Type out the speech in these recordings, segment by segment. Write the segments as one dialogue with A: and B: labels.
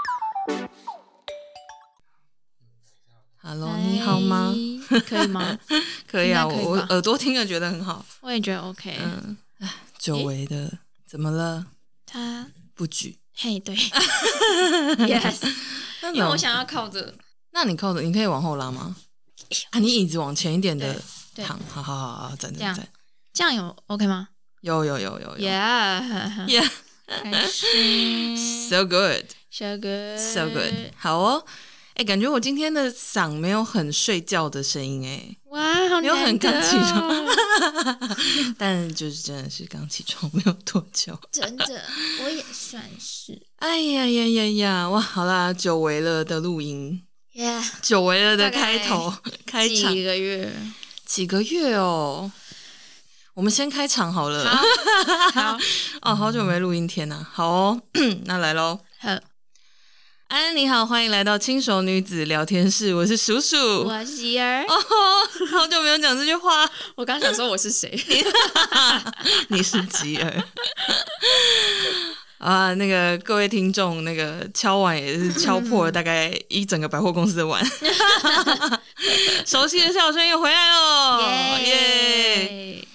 A: 哎可 以吗？
B: 可以啊，
A: 哎应该可以
B: 我我
A: 吧
B: 耳朵听了觉得很好。
A: 我也觉得 OK。
B: 嗯，唉久违的，怎么了？
A: 他
B: 不举。
A: 嘿，对，Yes，
B: 那
A: 因为我
B: 种，
A: 想要靠着，
B: 那你靠着，你可以往后拉吗？啊，你椅子往前一点的
A: 对对
B: 躺，好好好好，站
A: 这
B: 站
A: 样
B: 站。
A: 这样有 OK 吗
B: 有有有有有
A: ？Yeah，
B: ，Yeah，
A: 开心
B: so good。
A: ，so
B: So
A: good，so
B: good，好哦。哎、感觉我今天的嗓没有很睡觉的声音哎、
A: 哇，好难哦
B: 没有很刚起床
A: 得哦
B: 但就是真的是刚起床没有多久。
A: 真的，我也算是
B: 哎呀呀呀呀！哇，好啦，久违了的录音，
A: ，Yeah，
B: 久违了的
A: 大概
B: 开头开场
A: 几个 月，
B: 几个月哦。我们先开场好了。
A: 好，好，
B: 哦，好久没录音天呐、好哦， 那来喽。
A: 好，
B: 安安你好，欢迎来到轻熟女子聊天室，我是鼠鼠。 哦，
A: 我是儿，
B: 好久没有讲这句话。
A: 我刚想说我是谁，
B: 你是吉尔。 啊，那个各位听众，那个敲碗也是敲破了大概一整个百货公司的碗， 熟悉的笑声又回来喽， 哦耶！
A: 耶，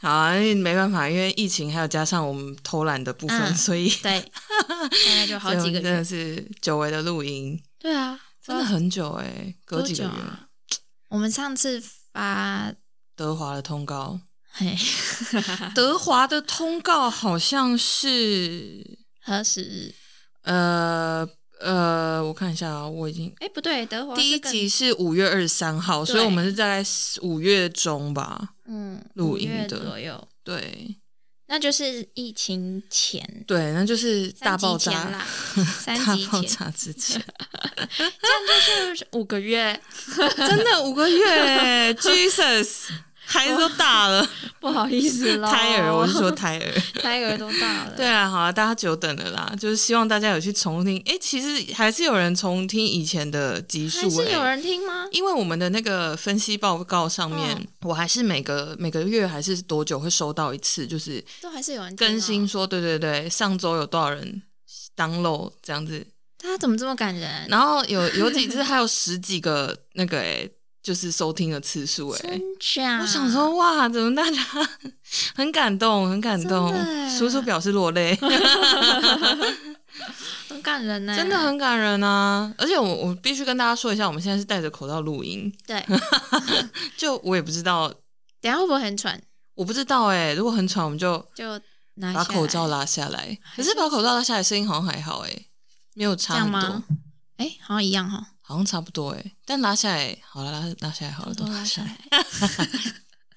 B: 好啊，因为没办法，因为疫情还有加上我们偷懒的部分，
A: 嗯
B: 所以
A: 对，大概 就好
B: 所以我
A: 几个
B: 们真的
A: 月，
B: 是久违的录音，
A: 对啊，
B: 真的很久哎、隔几个
A: 多
B: 月
A: 久，啊我们上次发，
B: 德华的通告，
A: 嘿，啊
B: 德华的通告好像是
A: 何时日？
B: 呃呃，我看一下啊，我已经
A: 哎，不对，德华是
B: 第一
A: 更
B: 集，是五月二十三号，
A: 对
B: 所以我们是大概五月中吧。
A: 嗯，
B: 录
A: 五
B: 音
A: 月
B: 的
A: 左右，
B: 对
A: 那就是疫情前。
B: 对，那就是大
A: 三级
B: 爆
A: 前
B: 炸，
A: 啦，三
B: 大
A: 级
B: 爆
A: 前，
B: 炸之前，
A: 这样就是五个月，
B: 真的五个月欸，Jesus，孩子都大了，
A: 不好意思喽。
B: 胎儿，我是说胎儿。
A: 胎儿都大了，
B: 哦 对啊，好啊，大家久等了啦，就是希望大家有去重听。诶，其实还是有人重听以前的集数、哎
A: 还是
B: 诶
A: 有人听吗？
B: 因为我们的那个分析报告上面，
A: 嗯
B: 我还是每个每个月还是多久会收到一次，就是
A: 都还是有人听哦
B: 更新，说，对对对，上周有多少人 download 这样子，
A: 大家怎么这么感人？
B: 然后有有几次还有十几个那个诶、就是收听的次数诶、
A: 真假？
B: 我想说，哇，怎么大家 很感动，很感动
A: 真的耶，
B: 叔叔表示落泪，
A: 很感人欸呢，
B: 真的很感人啊！而且我我必须跟大家说一下，我们现在是戴着口罩录音，
A: 对。
B: 就我也不知道，
A: 等一下会不会很喘？
B: 我不知道诶、如果很喘，我们就
A: 就拿下
B: 把
A: 来
B: 口罩拉下来。可
A: 还嗯是
B: 是把口罩拉下来，声音好像还好诶、没有
A: 这
B: 差
A: 样
B: 很
A: 吗
B: 多。？
A: 哎，好像一样哈，
B: 好像差不多哎，但拉下来好了，拉拉下来好了，都
A: 都
B: 拉下
A: 下
B: 来，
A: 来，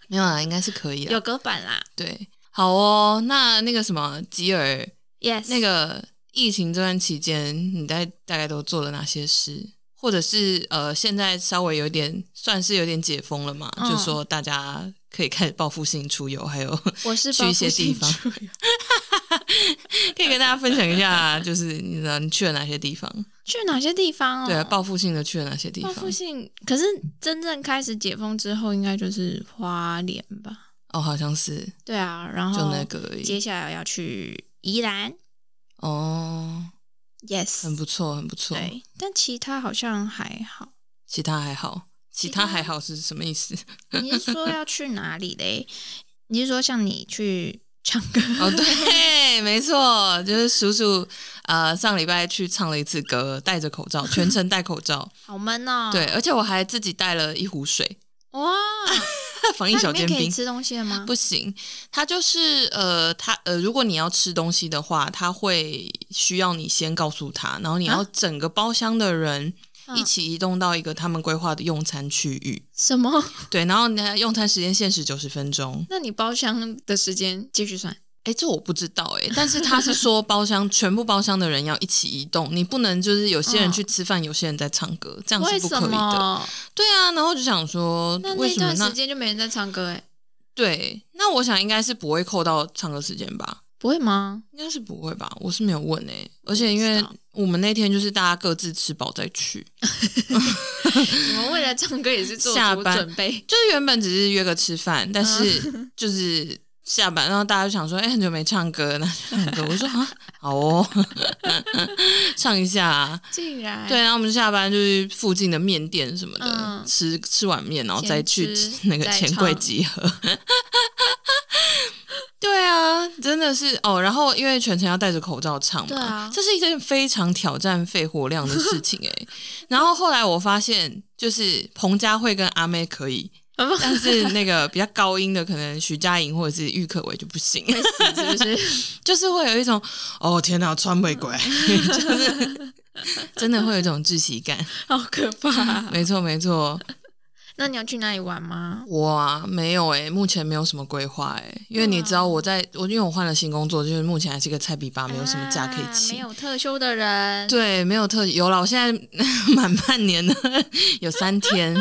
B: 没有啦，应该是可以
A: 有
B: 了。
A: 隔板啦。
B: 对，好哦，那那个什么吉尔，
A: Yes，
B: 那个疫情这段期间，你在大概都做了哪些事？或者是呃，现在稍微有点算是有点解封了嘛，
A: 嗯
B: 就说大家可以开始报复性出游，还有
A: 我是
B: 去一些地方
A: 报复性出游
B: 可以跟大家分享一下，就是你知道你去了哪些地方？
A: 去哪些地方哦？
B: 对啊，报复性的去了哪些地
A: 报
B: 方？
A: 复性，可是真正开始解封之后，应该就是花莲吧？
B: 哦，好像是
A: 对啊，然后
B: 就那个而已。
A: 接下来要去宜兰
B: 哦，很
A: ，Yes，
B: 不错，很不错。
A: 对，但其他好像还好。
B: 其他还好，其
A: 他
B: 他还好是什么意思？
A: 你是说要去哪里嘞？ 你是说像你去唱歌？
B: 哦，对，没错，就是叔叔呃上礼拜去唱了一次歌，戴着口罩，全程戴口 罩，
A: 好闷哦。
B: 对，，而且我还自己带了一壶水，
A: 哇，
B: 防疫
A: 那
B: 小
A: 里面
B: 尖
A: 可以
B: 兵。
A: 吃东西了吗？
B: 不行，它就是呃，它呃，如果你要吃东西的话，它会需要你先告诉他，然后你要整个包厢的人
A: 啊嗯
B: 一起移动到一个他们规划的用餐区域，
A: 什么？
B: 对，然后呢，用餐时间限时九十分钟，
A: 那你包厢的时间继续算？
B: 哎，这我不知道哎，但是他是说包 厢全部包厢的人要一起移动，你不能就是有些人去吃饭，有些人在唱歌，这样
A: 嗯为
B: 是不
A: 什
B: 可以的。
A: 么？
B: 对啊，然后我就想说
A: 那，
B: 为
A: 那
B: 什么
A: 段时
B: 那
A: 间就没人在唱歌哎、
B: 对？那我想应该是不会扣到唱歌时间吧？
A: 不 会吗？
B: 应该是不会吧？我是没有问哎，而且
A: 不
B: 因
A: 知
B: 为
A: 道
B: 我们那天就是大家各自吃饱再去，
A: 你们为了唱歌也是做
B: 下
A: 足
B: 班
A: 准备，嗯
B: 就是原本只是约个吃饭，但是就是下班，然后大家就想说，哎、很久没唱歌，那就唱歌。我说啊，好哦， 唱一下、啊。
A: 竟然
B: 对，然后我们就下班就去附近的面店什么的、
A: 嗯
B: 吃，吃完面然后
A: 先
B: 再去
A: 吃
B: 吃那个
A: 再
B: 钱柜
A: 唱
B: 集合。 对啊，真的是哦。然后因为全程要戴着口罩唱嘛，
A: 对啊
B: 这是一件非常挑战肺活量的事情哎、然后后来我发现，就是彭佳慧跟阿妹可 以，
A: 嗯
B: 但是那个比较高音的，可能徐佳莹或者是郁可唯就不行。
A: 会死是 不是？
B: 就是会有一种哦天哪，川北鬼， 就是 真的会有一种窒息感。
A: 好可怕！
B: 没错没错，
A: 那你要去哪里玩吗？
B: 我啊没有诶、目前没有什么规划诶，因为你知道我在我因为我换了新工作，就是目前还是一个菜比吧，没有什么假可以
A: 啊没
B: 请。
A: 有特休的人，
B: 对，没有特有啦，我现在 满半年了，有三 天。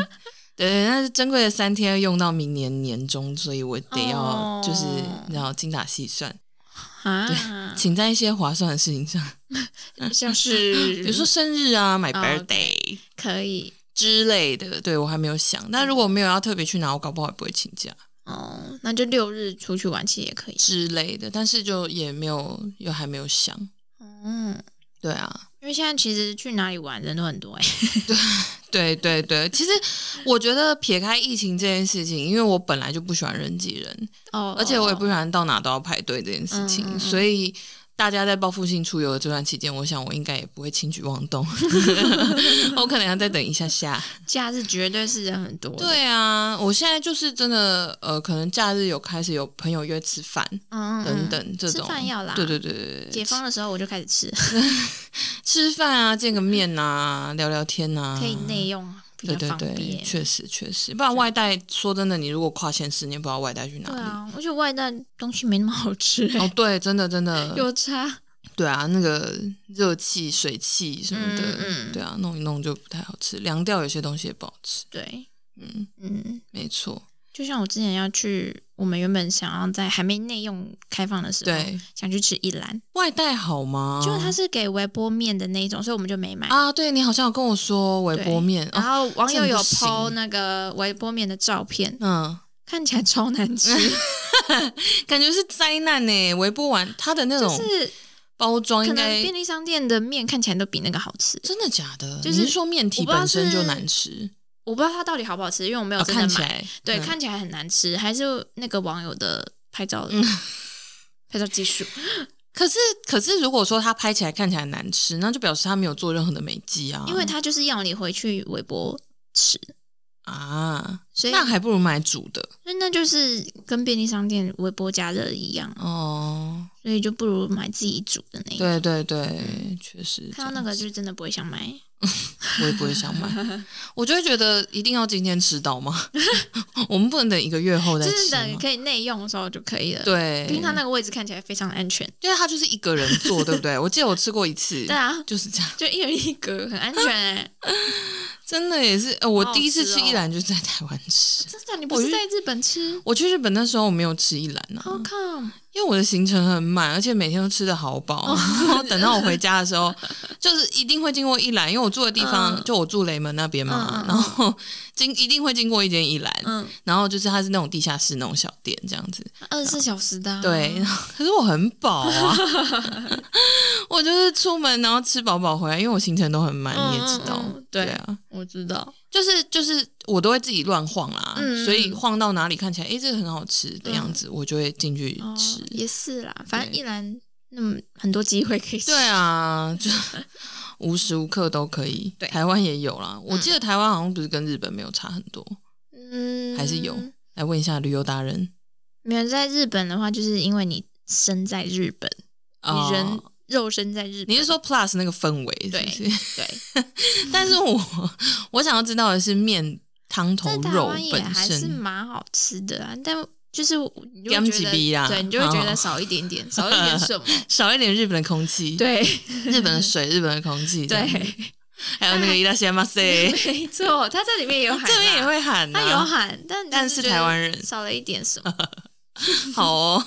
B: 对，但是珍贵的三天要用到明年年中，所以我得要
A: 哦
B: 就是要精打细算，
A: 啊，
B: 请在一些划算的事情上，
A: 像是
B: 比如说生日啊、买
A: 嗯哦
B: birthday，、
A: 可以
B: 之类的，对我还没有想。
A: 嗯
B: 但如果没有要特别去哪，我搞不好也不会请假
A: 哦，那就六日出去玩其实也可以。
B: 之类的。但是就也没有，又还没有想。
A: 嗯，
B: 对啊，
A: 因为现在其实去哪里玩人都很多哎、
B: 对对对。其实我觉得撇开疫情这件事情，因为我本来就不喜欢人挤人，
A: 哦，
B: 而且我也不喜欢到哪都要排队这件事情，
A: 嗯嗯嗯
B: 所以。大家在报复性出游的这段期间，我想我应该也不会轻举妄 动，我可能要再等一下下。
A: 假日绝对是人很多。，
B: 对啊，我现在就是真的，呃，可能假日有开始有朋友约吃饭，
A: 嗯，嗯
B: 等。
A: 嗯
B: 等这种，
A: 吃饭要啦
B: 对对对对对，
A: 解封的时候我就开始吃，
B: 吃饭啊，见个面啊，聊聊天啊，
A: 可以内用，比
B: 对
A: 较
B: 对
A: 方
B: 对，
A: 便。
B: 确实确实，不然外带，说真的，你如果跨县市，你也不知道外带去哪
A: 对
B: 里。
A: 啊，我觉得外带东西没那么好吃、欸，
B: 哦，对，真的真的，
A: 有差。
B: 对啊，那个热气、水气什么的，
A: 嗯嗯
B: 对啊，弄一弄就不太好吃，凉掉有些东西也不好吃。
A: 对，
B: 嗯，
A: 嗯，
B: 没错，
A: 就像我之前要去，我们原本想要在还没内用开放的时候，
B: 对，哦
A: 想去吃一兰，
B: 外带好吗？
A: 就它是给微波面的那一种，所以我们就没买。
B: 啊，对你好像有跟我说微
A: 对
B: 波面
A: 然
B: 啊，
A: 后网友有
B: 这不行
A: PO 那个微波面的照片，
B: 嗯，
A: 看起来超难 吃，
B: 感觉是灾难呢。微波完它的那
A: 就
B: 种
A: 是
B: 包装
A: 可
B: 应
A: 能
B: 该
A: 便利商店的面看起来都比那个好吃。
B: 真的假的？
A: 就
B: 你
A: 是
B: 说面体
A: 我不知道
B: 本身就是难吃，
A: 我不知道它到底好不好吃，因为我没有
B: 哦
A: 真
B: 看
A: 的
B: 起
A: 买。
B: 来
A: 对，
B: 嗯
A: 看起来很难吃，还是那个网友的拍照
B: 嗯
A: 的、拍照技术。
B: 可是可是如果说它拍起来看起来难吃，那就表示它没有做任何的美肌啊，
A: 因为他就是要你回去微波吃，
B: 啊，
A: 所以
B: 那还不如买煮的
A: 所以那就是跟便利商店微波加热一样，
B: 哦。
A: 所以就不如买自己煮的那一个。
B: 对对对，确实
A: 看到那个就真的不会想买，
B: 这样我也不会想 买，我就会觉得一定要今天吃到吗？ 我们不能等一个月后再
A: 就是
B: 吃
A: 等
B: 吗？
A: 可以内用的时候就可以了。，
B: 对，
A: 因为它那个位置看起来非常安全。
B: 因为它就是一个人 做，对不对？我记得我吃过一次，
A: 对啊，
B: 就是这样，
A: 就一人一格，很安全、 欸。
B: 真的也是。呃我
A: 好好
B: 第一次
A: 吃
B: 吃
A: 哦
B: 一兰就是在台湾吃，
A: 真的，你不是在日本吃
B: 我去日本那时候我没有吃一兰啊，
A: ？How come？
B: 因为我的行程很满，而且每天都吃的好
A: 哦
B: 饱。然后等到我回家的时 候，就是一定会经过一兰，因为我住的地方、
A: 嗯
B: 就我住雷门那边嘛，
A: 嗯嗯嗯
B: 然后经一定会经过一间一兰，
A: 嗯，
B: 然后就是它是那种地下室那种小店这样子。
A: 二十四小时的、啊。
B: 对， 然后可是我很饱啊， 我就是出门然后吃饱饱回来，因为我行程都很满，
A: 嗯
B: 你也知道，
A: 嗯嗯对
B: 啊。
A: 我知道。
B: 就是就是，我都会自己乱晃啦，
A: 嗯嗯
B: 所以晃到哪里看起来，诶，这个很好吃的样子，我就会进去
A: 哦
B: 吃。，
A: 也是啦，反正
B: 对
A: 一兰那么很多机会可以吃。
B: 对啊，就 无时无刻都可以。
A: 对
B: 台湾也有啦。我记得台湾好像不是跟日本没有差很多。
A: 嗯，
B: 还是有来问一下旅游达人，
A: 没有在日本的话，就是因为你身在日本，
B: 哦
A: 你人肉身在日本，
B: 你是说 Plus 那个氛围是不
A: 对
B: 是？
A: 对，
B: 但是我我想要知道的是面汤头
A: 在台
B: 肉
A: 湾也
B: 本
A: 还是
B: 身。
A: 蛮好吃的啊，但就是你就
B: 甘
A: 会
B: 吉
A: 觉
B: 比
A: 得，
B: 啦
A: 对你就会觉
B: 哦
A: 得少一点点，少一点什 么？
B: 少一点日本的空气，
A: 对
B: 日本的水，日本的空气，这
A: 对
B: 样，还有那个伊达西马 塞，
A: 没错，他这里面也有喊，
B: 这边也，会喊、啊，
A: 他有喊，但
B: 但
A: 就是觉得
B: 台湾人
A: 少了一点什么？
B: 好哦，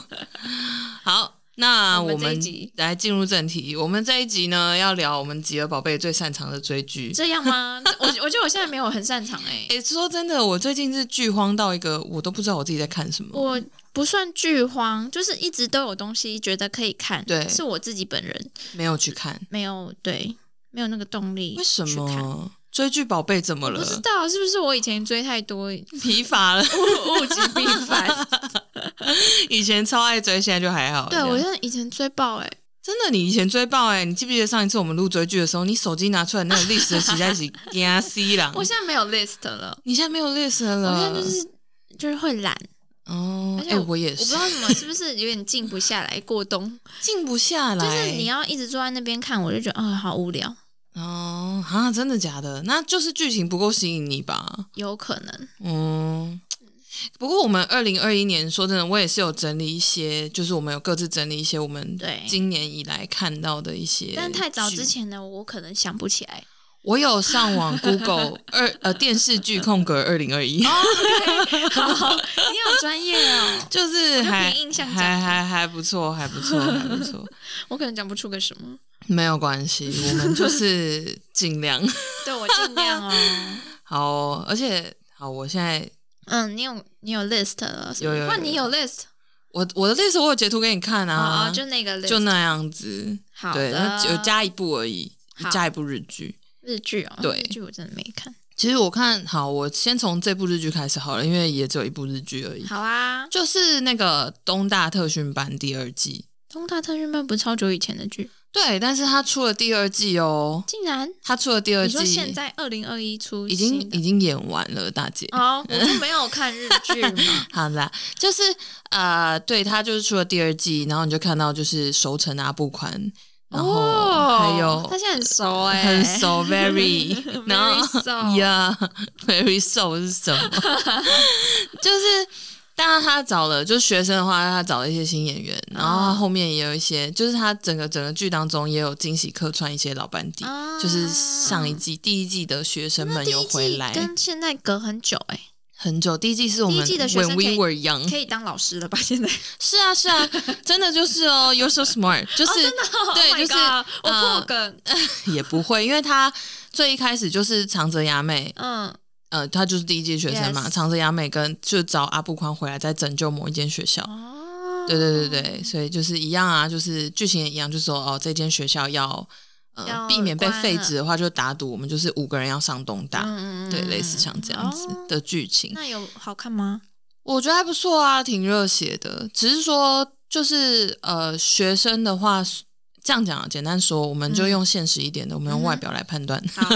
B: 好，那
C: 我
B: 我
C: 们这一
B: 们
C: 集
B: 来进入正题，我们这一集呢要聊我们吉儿宝贝最擅长的追剧。
A: 这样吗？我我觉得我现在没有很擅长 哎、
B: 诶，说真的，我最近是剧荒到一个我都不知道我自己在看什么。
A: 我不算剧荒，就是一直都有东西觉得可以看，
B: 对
A: 是我自己本人
B: 没有去看，
A: 没有对没有那个动力，
B: 为什
A: 去看？
B: 么追剧宝贝怎么
A: 不 知
B: 了？
A: 道是不是我以前追太 多，物
B: 疲乏了，
A: 物极必反。
B: 以前超爱追，现在就还好。这
A: 对
B: 样
A: 我现在以前追爆哎、
B: 真的，你以前追爆哎、你记不记得上一次我们录追剧的时候，你手机拿出来那个 list 实在是压 C 啦。
A: 我现在没有 list 了，
B: 你现在没有 list 了，
A: 我现在就是就是会懒，
B: 哦，
A: 而
B: 哎、
A: 且
B: 我也
A: 我不知
B: 是，
A: 道为什么，是不是有点静不下来过 冬？
B: 静不下来。
A: 就是你要一直坐在那边看，我就觉得啊、好无聊，
B: 哦，啊，真的假的？那就是剧情不够吸引你吧？
A: 有可能
B: 嗯。不过我们二零二一年，说真的，我也是有整理一些，就是我们有各自整理一些我们
A: 对
B: 今年以来看到的一些。
A: 但太早之，前呢，我可能想不起来。
B: 我有上网 Google 二呃电视剧空格二零二一。
A: 哦好，你好专业哦，
B: 就是还
A: 我就凭印象讲
B: 还还还不错，还不错，还不错，
A: 我可能讲不出个什么。
B: 没有关系，我们就是尽量
A: 对我尽量哦。
B: 好哦、而且好，我现在
A: 嗯，你有你有 list 了，
B: 有有有
A: 那你有 list
B: 我我的 list 我有截图给你看啊，
A: 哦哦就那个 list，
B: 就那样子，
A: 好
B: 对，那
A: 的，
B: 有加一部而已
A: 好，
B: 加一部日剧。
A: 日剧哦，
B: 对
A: 日剧我真的没看。
B: 其实我看好，我先从这部日剧开始好了，因为也只有一部日剧而已，
A: 好啊，
B: 就是那个《东大特训班》第二季。
A: 东大特训班不是超久以前的剧，
B: 对，但是它出了第二季哦，
A: 竟然
B: 它出了第二
A: 你
B: 季，
A: 说现在二零二一出
B: 已经
A: 新的
B: 已经演完了，大姐。，
A: 哦，我就没有看日剧嘛
B: 好啦，就是呃，对他就是出了第二季，然后你就看到就是熟成阿布宽，然后
A: 哦
B: 还有、
A: 他现在很熟哎，
B: 很熟 very，然 后
A: 瘦
B: yeah，very 瘦是什么？ 就是，当然他找了，就是学生的话，他找了一些新演员，然后
A: 嗯
B: 他后面也有一些，就是他整个整个剧当中也有惊喜客串一些老班底，
A: 啊
B: 就是上一季第一季的学生
A: 那
B: 们
A: 第
B: 有
A: 一
B: 回
A: 季
B: 来。
A: 跟现在隔很久哎，
B: 很久，第一季是我
A: 第一
B: 们
A: 季的学
B: When
A: 生可
B: We
A: 以
B: Were Young，
A: 可以当老师了吧？现在
B: 是啊，是啊，真的就是哦，You're so smart，就是、对
A: Oh my
B: 就是
A: God，我
B: 呃
A: 破梗，
B: 也不会，因为他最一开始就是长泽雅美，
A: 嗯，
B: 呃，她就是第一届学生嘛
A: Yes
B: 长泽雅美跟就找阿布宽回来再拯救某一间学校。
A: 哦，
B: 对对对对，所以就是一样啊，就是剧情也一样，就是说哦，这间学校要呃
A: 要
B: 避免被
A: 关
B: 废
A: 了
B: 止的话，就打赌我们就是五个人要上东大，
A: 嗯，嗯
B: 对，类似像这样子
A: 哦
B: 的剧情。
A: 那有好 看吗？
B: 我觉得还不错啊，挺热血的。只是说，就是呃，学生的话，这样讲啊，简单说，我
A: 嗯
B: 们就用现实一点的，我们用外表来判断。
A: 好，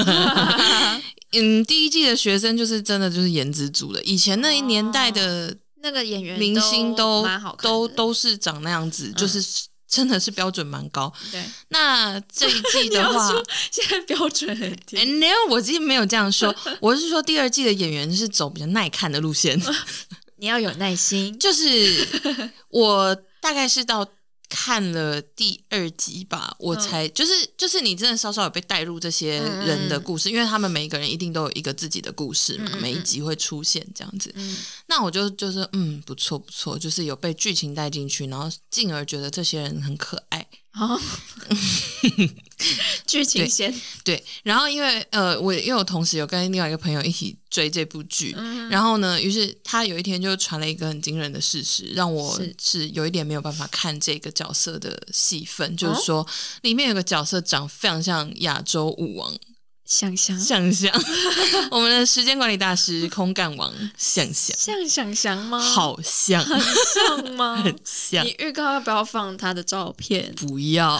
B: 嗯，第一季的学生就是真的就是颜值组的，以前那一年代的
A: 那个演员
B: 明星都、
A: 蛮好看的，嗯
B: 都都是长那样子，就是。真的是标准蛮高。
A: 对。
B: 那这一季的
A: 你要
B: 话，
A: 说现在标准很低，
B: 哎、没有，我今天没有这样说， 我是说第二季的演员是走比较耐看的路 线。
A: 你要有耐心。
B: 就是我大概是到看了第二集吧，我才、
A: 嗯
B: 就是就是你真的稍稍有被带入这些人的故事，因为他们每一个人一定都有一个自己的故事嘛，
A: 嗯嗯嗯
B: 每一集会出现这样子。
A: 嗯，
B: 那我就就是嗯，不错不错，就是有被剧情带进去，然后进而觉得这些人很可爱。
A: 好，剧情先，
B: 对，然后因为呃，我因为我同时有跟另外一个朋友一起追这部剧，
A: 嗯
B: 然后呢，于是他有一天就传了一个很惊人的事实，让我
A: 是
B: 是有一点没有办法看这个角色的戏份，
A: 哦
B: 就是说、里面有个角色长非常像亚洲舞王
A: 想想
B: 想想， 我们的时间管理大师空干王想想，
A: 像想想吗？
B: 好像
A: 像 吗？
B: 很像
A: 你，预告要不要放他的照片？
B: 不要，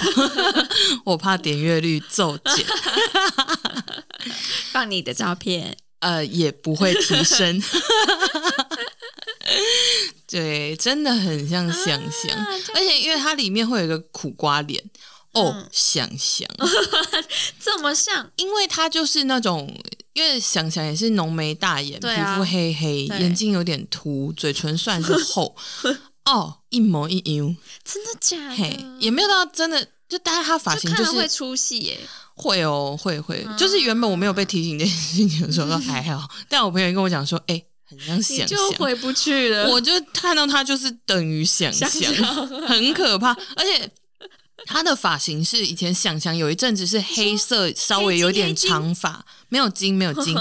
B: 我怕点阅率骤减。
A: 放你的照片，
B: 呃，也不会提升。 对，真的很像想想，
A: 啊
B: 而且因为它里面会有一个苦瓜脸哦，
A: 嗯
B: 想想，
A: 这么像，
B: 因为他就是那种，因为想想也是浓眉大眼，
A: 对啊
B: 皮肤黑黑，
A: 对
B: 眼睛有点凸，嘴唇算是 厚，哦，一模一样，
A: 真的假
B: 嘿，
A: 的？
B: 也没有到真的。就但是他发
A: 哎就
B: 型
A: 看
B: 就
A: 了会
B: 是
A: 出戏耶，
B: 会
C: 啊
B: 哦，会会，就是原本我没有被提醒这件事情的时候都还好，但我朋友跟我讲说，哎、很像
C: 你
B: 想
C: 就
B: 象。
C: 回不去了。
B: 我就看到他就是等于想
C: 想
B: 象，
C: 想
B: 很可怕，而且。他的发型是以前想想有一阵子是黑色，稍微有点长发，没有金，没有 金，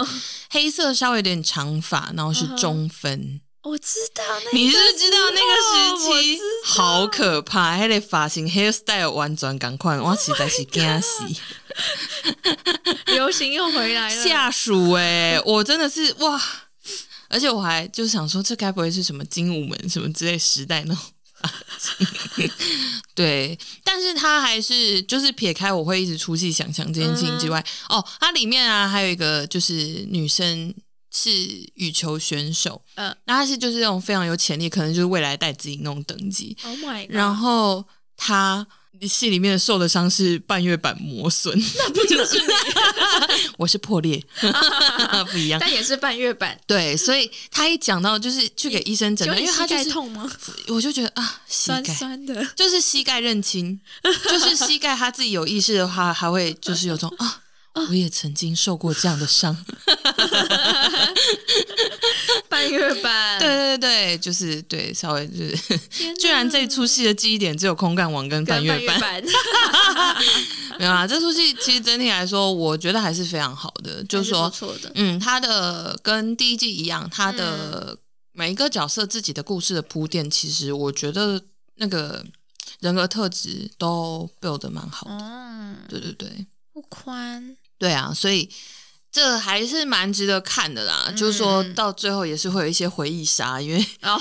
B: 黑色稍微有点长发，然后是中分。
C: 我知道嗯那
B: 你是
C: 个
B: 不是知道那个时期
C: 我知道
B: 好可怕，那个发型 hairstyle 完全赶快，我实在是惊死。
C: 流行又回来了，
B: 下属哎、我真的是哇！而且我还就想说，这该不会是什么精武门什么之类时代那种？ 对，但是他还是就是撇开我会一直出戏想想这件事情之外，哦，它里面啊还有一个就是女生是羽球选手，嗯、
C: 嗯
B: 那她是就是那种非常有潜力，可能就是未来带自己那种等级。
C: Oh
A: 嗯
C: my god！
B: 然后她戏里面受的伤是半月板磨损， 那不就是你？我是破裂， 不一样。
C: 但也是半月板，
B: 对，所以他一讲到就是去给医生诊
C: 请
B: 断，
C: 问
B: 因
C: 你
B: 为
C: 膝
B: 他就
C: 盖
B: 是，
C: 痛吗？
B: 我就觉得啊，膝
C: 酸
B: 盖
C: 酸的，
B: 就是膝盖认亲，就是膝盖他自己有意识的话，还会就是有种啊，我也曾经受过这样 的伤。
C: 半月板。
B: 对，对对，就是对，稍微就是，
C: 天哪
B: 居然这出戏的记忆点只有空干王跟
C: 跟
B: 半
C: 月
B: 月板，
C: 板
B: 没有啊，这出戏其实整体来说，我觉得还是非常好的， 就
C: 还
B: 是
C: 是
B: 说
C: 不错的，
B: 嗯，他的跟第一季一样，他
C: 嗯
B: 的每一个角色自己的故事的铺垫，其实我觉得那个人格特质都 build 得蛮
C: 嗯
B: 好的。
A: 哦，
B: 对对对，
A: 不宽，
B: 对啊，所以这还是蛮值得看的啦。
C: 嗯
B: 就是说到最后也是会有一些回忆杀，因为
C: 哦，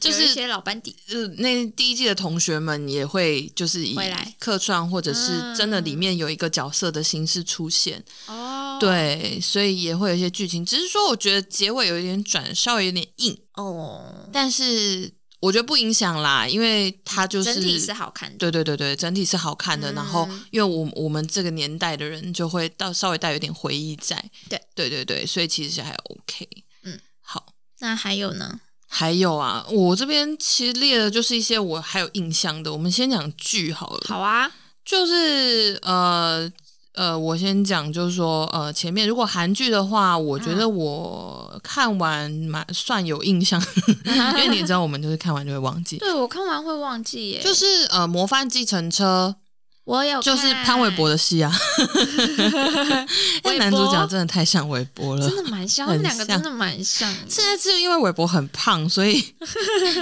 B: 就
C: 有一
B: 是
C: 些老班底，
B: 呃，那第一季的同学们也会就是以
C: 回来嗯
B: 客串，或者是真的里面有一个角色的形式出现。
C: 哦，
B: 对，所以也会有一些剧情，只是说我觉得结尾有一点转，稍微有点硬，
A: 哦，
B: 但是我觉得不影响啦，因为它就是
A: 整体是好嗯看的，
B: 对对对对，整体是好看的。然后，因为我我们这个年代的人就会到稍微带有点回忆在，
A: 对
B: 对对对，所以其实还 OK。
A: 嗯，
B: 好，
A: 那还有呢？
B: 还有啊，我这边其实列的就是一些我还有印象的，我们先讲剧好了。
C: 好啊，
B: 就是呃呃，我先讲，就是说呃，前面如果韩剧的话，我觉
A: 啊
B: 得我看完蛮算有印 象，因为你也知道我们就是看完就会忘记。
A: 对我看完会忘记耶，
B: 就是呃，《模范计程车
A: 我有》
B: 就是潘玮柏
A: 的，
B: 的戏啊， 那
A: 韦
B: 男主
A: 伯
B: 角真的太像韦伯了
A: 真。的蛮像，他
B: 很
A: 们两个
B: 像
A: 真的蛮像的，
B: 现在是啊因为韦伯很胖，所 以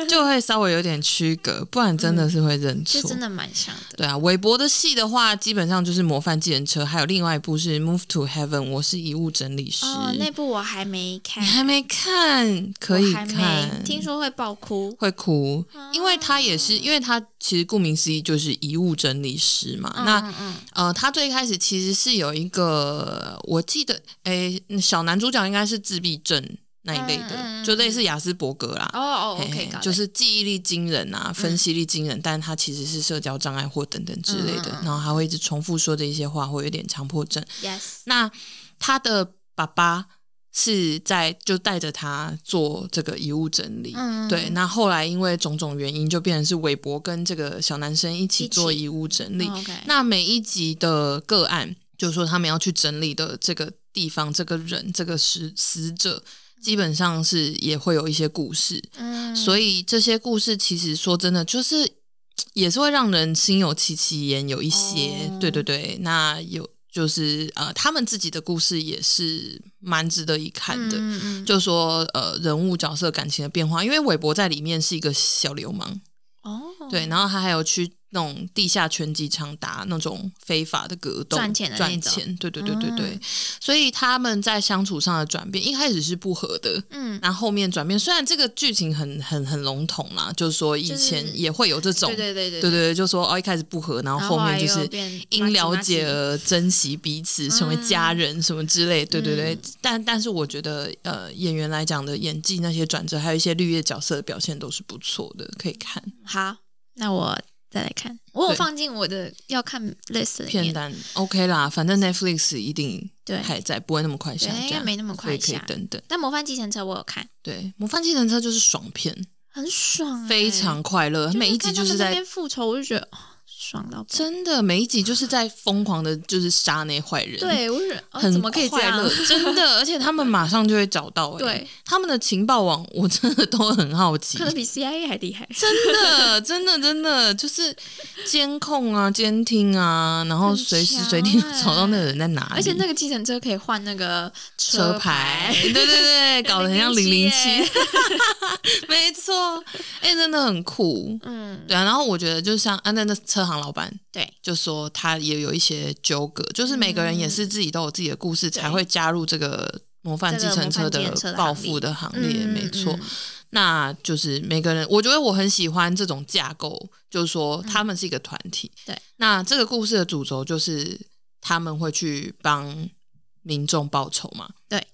B: 就会稍微有点区隔，不然真的是会认错。
A: 是嗯真的蛮像的。
B: 对啊，韦伯的戏的话，基本上就是《模范计程车》，还有另外一部是《Move to Heaven》，我是遗物整理师。
A: 哦，那部我还没看
B: 你，还没看， 可以
A: 我还
B: 看
A: 没。听说会爆哭。
B: 会哭，因为他也是，因为他其实顾名思义就是遗物整理师嘛。那
A: 嗯嗯，
B: 呃，他最开始其实是有一个，我记得，诶，小男主角应该是自闭症那一类的，
A: 嗯嗯嗯
B: 就类似雅斯伯格啦。
A: 哦哦
B: 嘿
A: ，OK，
B: 嘿
A: 搞嗯得
B: 就是记忆力惊人啊，分析力惊人，但他其实是社交障碍或等等之类的，
A: 嗯嗯嗯
B: 然后还会一直重复说的一些话，会有点强迫症。
A: yes，
B: 那他的爸爸是在就带着他做这个遗物整理，
A: 嗯，
B: 对。那后来因为种种原因，就变成是韦伯跟这个小男生一起
A: 一起
B: 做遗物整理。
A: 哦，OK，
B: 那每一集的个案，就是说他们要去整理的这个地方、这个人、这个死死者，基本上是也会有一些故事。
A: 嗯，
B: 所以这些故事其实说真的，就是嘖也是会让人心有戚戚焉，有一些，
A: 哦
B: 对对对，那有就是呃，他们自己的故事也是蛮值得一看的。
A: 嗯嗯，
B: 就说呃人物角色感情的变化，因为韦伯在里面是一个小流氓，
A: 哦，
B: 对，然后他还有去那种地下拳击场打那种非法的格斗，
A: 赚钱的那
B: 赚
A: 种
B: 钱，对对对对对，
A: 嗯
B: 所以他们在相处上的转变，一开始是不合的，
A: 嗯，
B: 那后面转变，虽然这个剧情很很很笼统啦，就是说以
A: 就
B: 前
A: 是
B: 也会有这种，
A: 对对对
B: 对
A: 对
B: 对，就说哦一开始不和，然
A: 然
B: 后
A: 后
B: 面就是
A: 后来又变
B: 因了解而珍惜彼此，
A: 嗯
B: 成为家人什么之类，对对对。但但是我觉得呃演员来讲的演技那些转折，还有一些绿叶角色的表现都是不错的，可以看
A: 好，那我再来看，我有
B: 对
A: 放进我的要看 list 里
B: 片
A: 面，
B: 单 OK 啦，反正 Netflix 一定
A: 对
B: 还在，不会那么快下
A: 对
B: 架，
A: 应该没那么快
B: 所以
A: 下
B: 可以等等。
A: 但《模范继承车》我有看，
B: 对，《模范计程车》就是爽片，
A: 很爽欸，
B: 非常快乐，
A: 就是
B: 每一集
A: 看
B: 就
A: 他
B: 是
A: 们
B: 在
A: 那边复仇，我就觉得哦爽到爆。
B: 真的每一集就是在疯狂的， 就是杀那坏人，，
A: 对，我就觉得、哦、
B: 很
A: 怎么可以这
B: 快
A: 样
B: 乐？，真 的，而且他们马上就会找到、欸，
A: 对，
B: 他们的情报网我真的都很好奇，
A: 可能比 CIA 还厉害。
B: 真的， 真的，真的，就是监控啊、监听啊，然后
A: 很
B: 随时
A: 强
B: 随地
A: 欸
B: 找到那个人在哪里，
A: 而且那个计程车可以换那个
B: 车牌
A: 牌，，
B: 对对对，搞得很像零零
A: 007
B: 七， 没错，哎、真的很酷。
A: 嗯，
B: 对啊，然后我觉得就像啊，那那车行老板
A: 对，
B: 就说他也有一些纠葛，就是每个人也是自己都有自己的故事，才会加入这个模范
A: 嗯这
B: 计
A: 个
B: 程车
A: 模范计程车的行列
B: 报复的行列，
A: 嗯
B: 没错。
A: 嗯
B: 那就是每个人，我觉得我很喜欢这种架构，就是说他们是一个团体。
A: 对，
B: 那这个故事的主轴就是他们会去帮民众报仇嘛。
A: 对。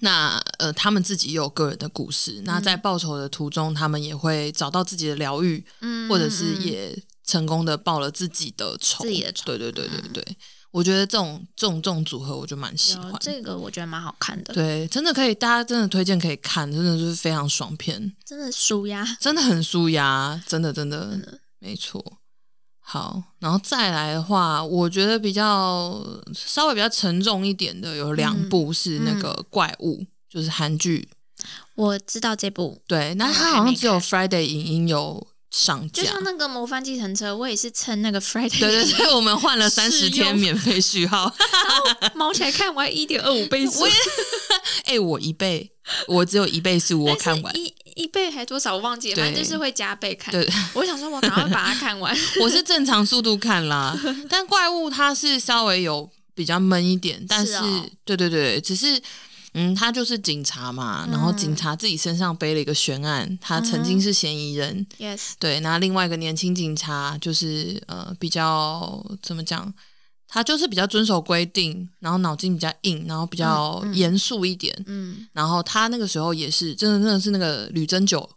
B: 那呃，他们自己也有个人的故
A: 嗯
B: 事。那在报仇的途中，他们也会找到自己的疗愈，
A: 嗯，
B: 或者是
A: 嗯
B: 也成功的报了自己的仇。
A: 自己的仇嗯
B: 对对对对对，我觉得这种这种这种组合，我就蛮喜欢
A: 有。这个，我觉得蛮好看的，
B: 对，真的可以，大家真的推荐可以看，真的就是非常爽片。
A: 真的舒压。
B: 真的很舒压，真的真的，没错。好，然后再来的话，我觉得比较稍微比较沉重一点的有
A: 嗯
B: 两部是那个怪物，就是韩剧。
A: 我知道这部，
B: 对，那
A: 我
B: 它
A: 哦还
B: 好像
A: 没
B: 只有
A: 看
B: Friday 影音有上
A: 就
B: 架。
A: 像那个《模范计程车》，我也是趁那个 Friday
B: 对对对，我们换了三十
A: 试
B: 天
A: 用
B: 免费序号。
A: 猫起来看完一点二五倍速，
B: 我也，哎、我一倍，我只有一倍是我看完。
A: 一一倍还多少我忘记了，
B: 对
A: 反正就是会加倍看。
B: 对，
A: 我想说，我赶快把它 看完。
B: 我是正常速度看啦，但怪物它是稍微有比较闷一点，但是
A: 是哦
B: 对对对，只是嗯，他就是警察嘛，
A: 嗯
B: 然后警察自己身上背了一个悬案，他曾经是嫌疑人，
A: yes，
B: 对，那另外一个年轻警察就是呃比较怎么讲，他就是比较遵守规定，然后脑筋比较硬，然后比较严肃一点，
A: 嗯，
B: 然后他那个时候也是真的真的是那个吕珍九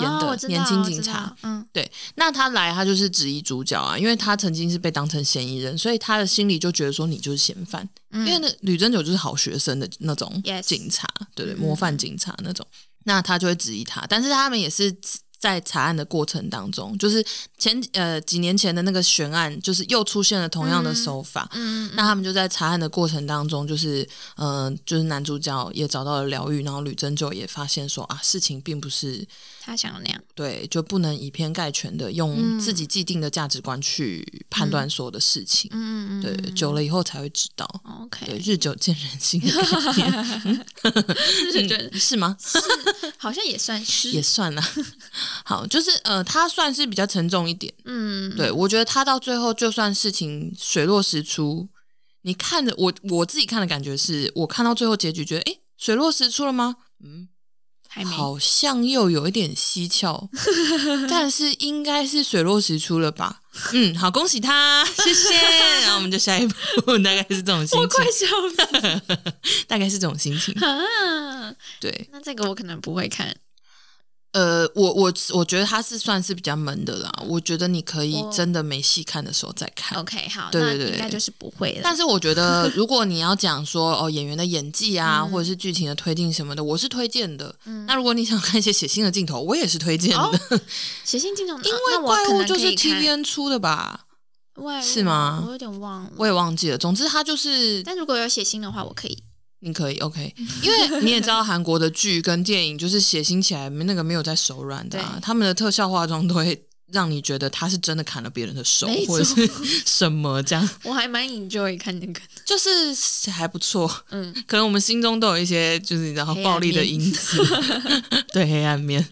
B: 演
A: 哦
B: 的、
A: 我知道
B: 年轻
A: 我知
B: 警察
A: 道，嗯，
B: 对，那他来，他就是质疑主角啊，因为他曾经是被当成嫌疑人，所以他的心里就觉得说你就是嫌犯，
A: 嗯
B: 因为那吕珍九就是好学生的那种
A: Yes
B: 警察对对，
A: 嗯
B: 模范警察那种，那他就会质疑他，但是他们也是。在查案的过程当中，就是前呃几年前的那个悬案，就是又出现了同样的手法。
A: 嗯
B: 那他们就在查案的过程当中，就是嗯、呃就是男主角也找到了疗愈，然后吕珍九也发现说啊，事情并不是
A: 他想要那样，
B: 对，就不能以偏概全的用
A: 嗯
B: 自己既定的价值观去判断所有的事情。
A: 嗯嗯，嗯
B: 对，久了以后才会知道。对，
A: OK，
B: 日久见人心的概念
A: 就是觉得
B: 是吗？
A: 好像也算是，
B: 嗯也算啦。好，就是呃，它算是比较沉重一点。
A: 嗯，
B: 对我觉得它到最后，就算事情水落石出，你看着我我自己看的感觉是，我看到最后结局，觉得诶，水落石出了吗？嗯，
A: 还没，
B: 好像又有一点蹊 跷，但是应该是水落石出了吧？嗯，好，恭喜 他，谢谢。然后我们就下一步，大概是这种心
A: 我快
B: 情，
A: 笑死
B: 大概是这种心情。
A: 啊！
B: 对，
A: 那这个我可能不会看，
B: 呃，我我我觉得他是算是比较闷的啦，我觉得你可以
A: 我
B: 真的没戏看的时候再看。
A: OK，好，
B: 对对对
A: 那应该就是不会了。
B: 但是我觉得， 如果你要讲说哦演员的演技啊，
A: 嗯
B: 或者是剧情的推进什么的，我是推荐的。那如果你想看一些血腥的镜头，我也是推荐的，
A: 哦写信镜头，因
B: 因为 怪物就是 TVN 出的吧，
A: 外物
B: 是吗
A: 我有点忘了。
B: 我也忘记了。总之，它就是
A: 但如果有写信的话，我可以。
B: 你可以 OK，因为你也知道韩国的剧跟电影就是血腥起来那个没有在手软的、啊，
A: 对
B: 他们的特效化妆都会让你觉得他是真的砍了别人的手
A: 没错
B: 或者是 什么这样，
A: 我还蛮 enjoy 看那个，
B: 就是还不错。
A: 嗯，
B: 可能我们心中都有一些就是你知道
A: 黑暗
B: 暴力的因子， 对黑暗面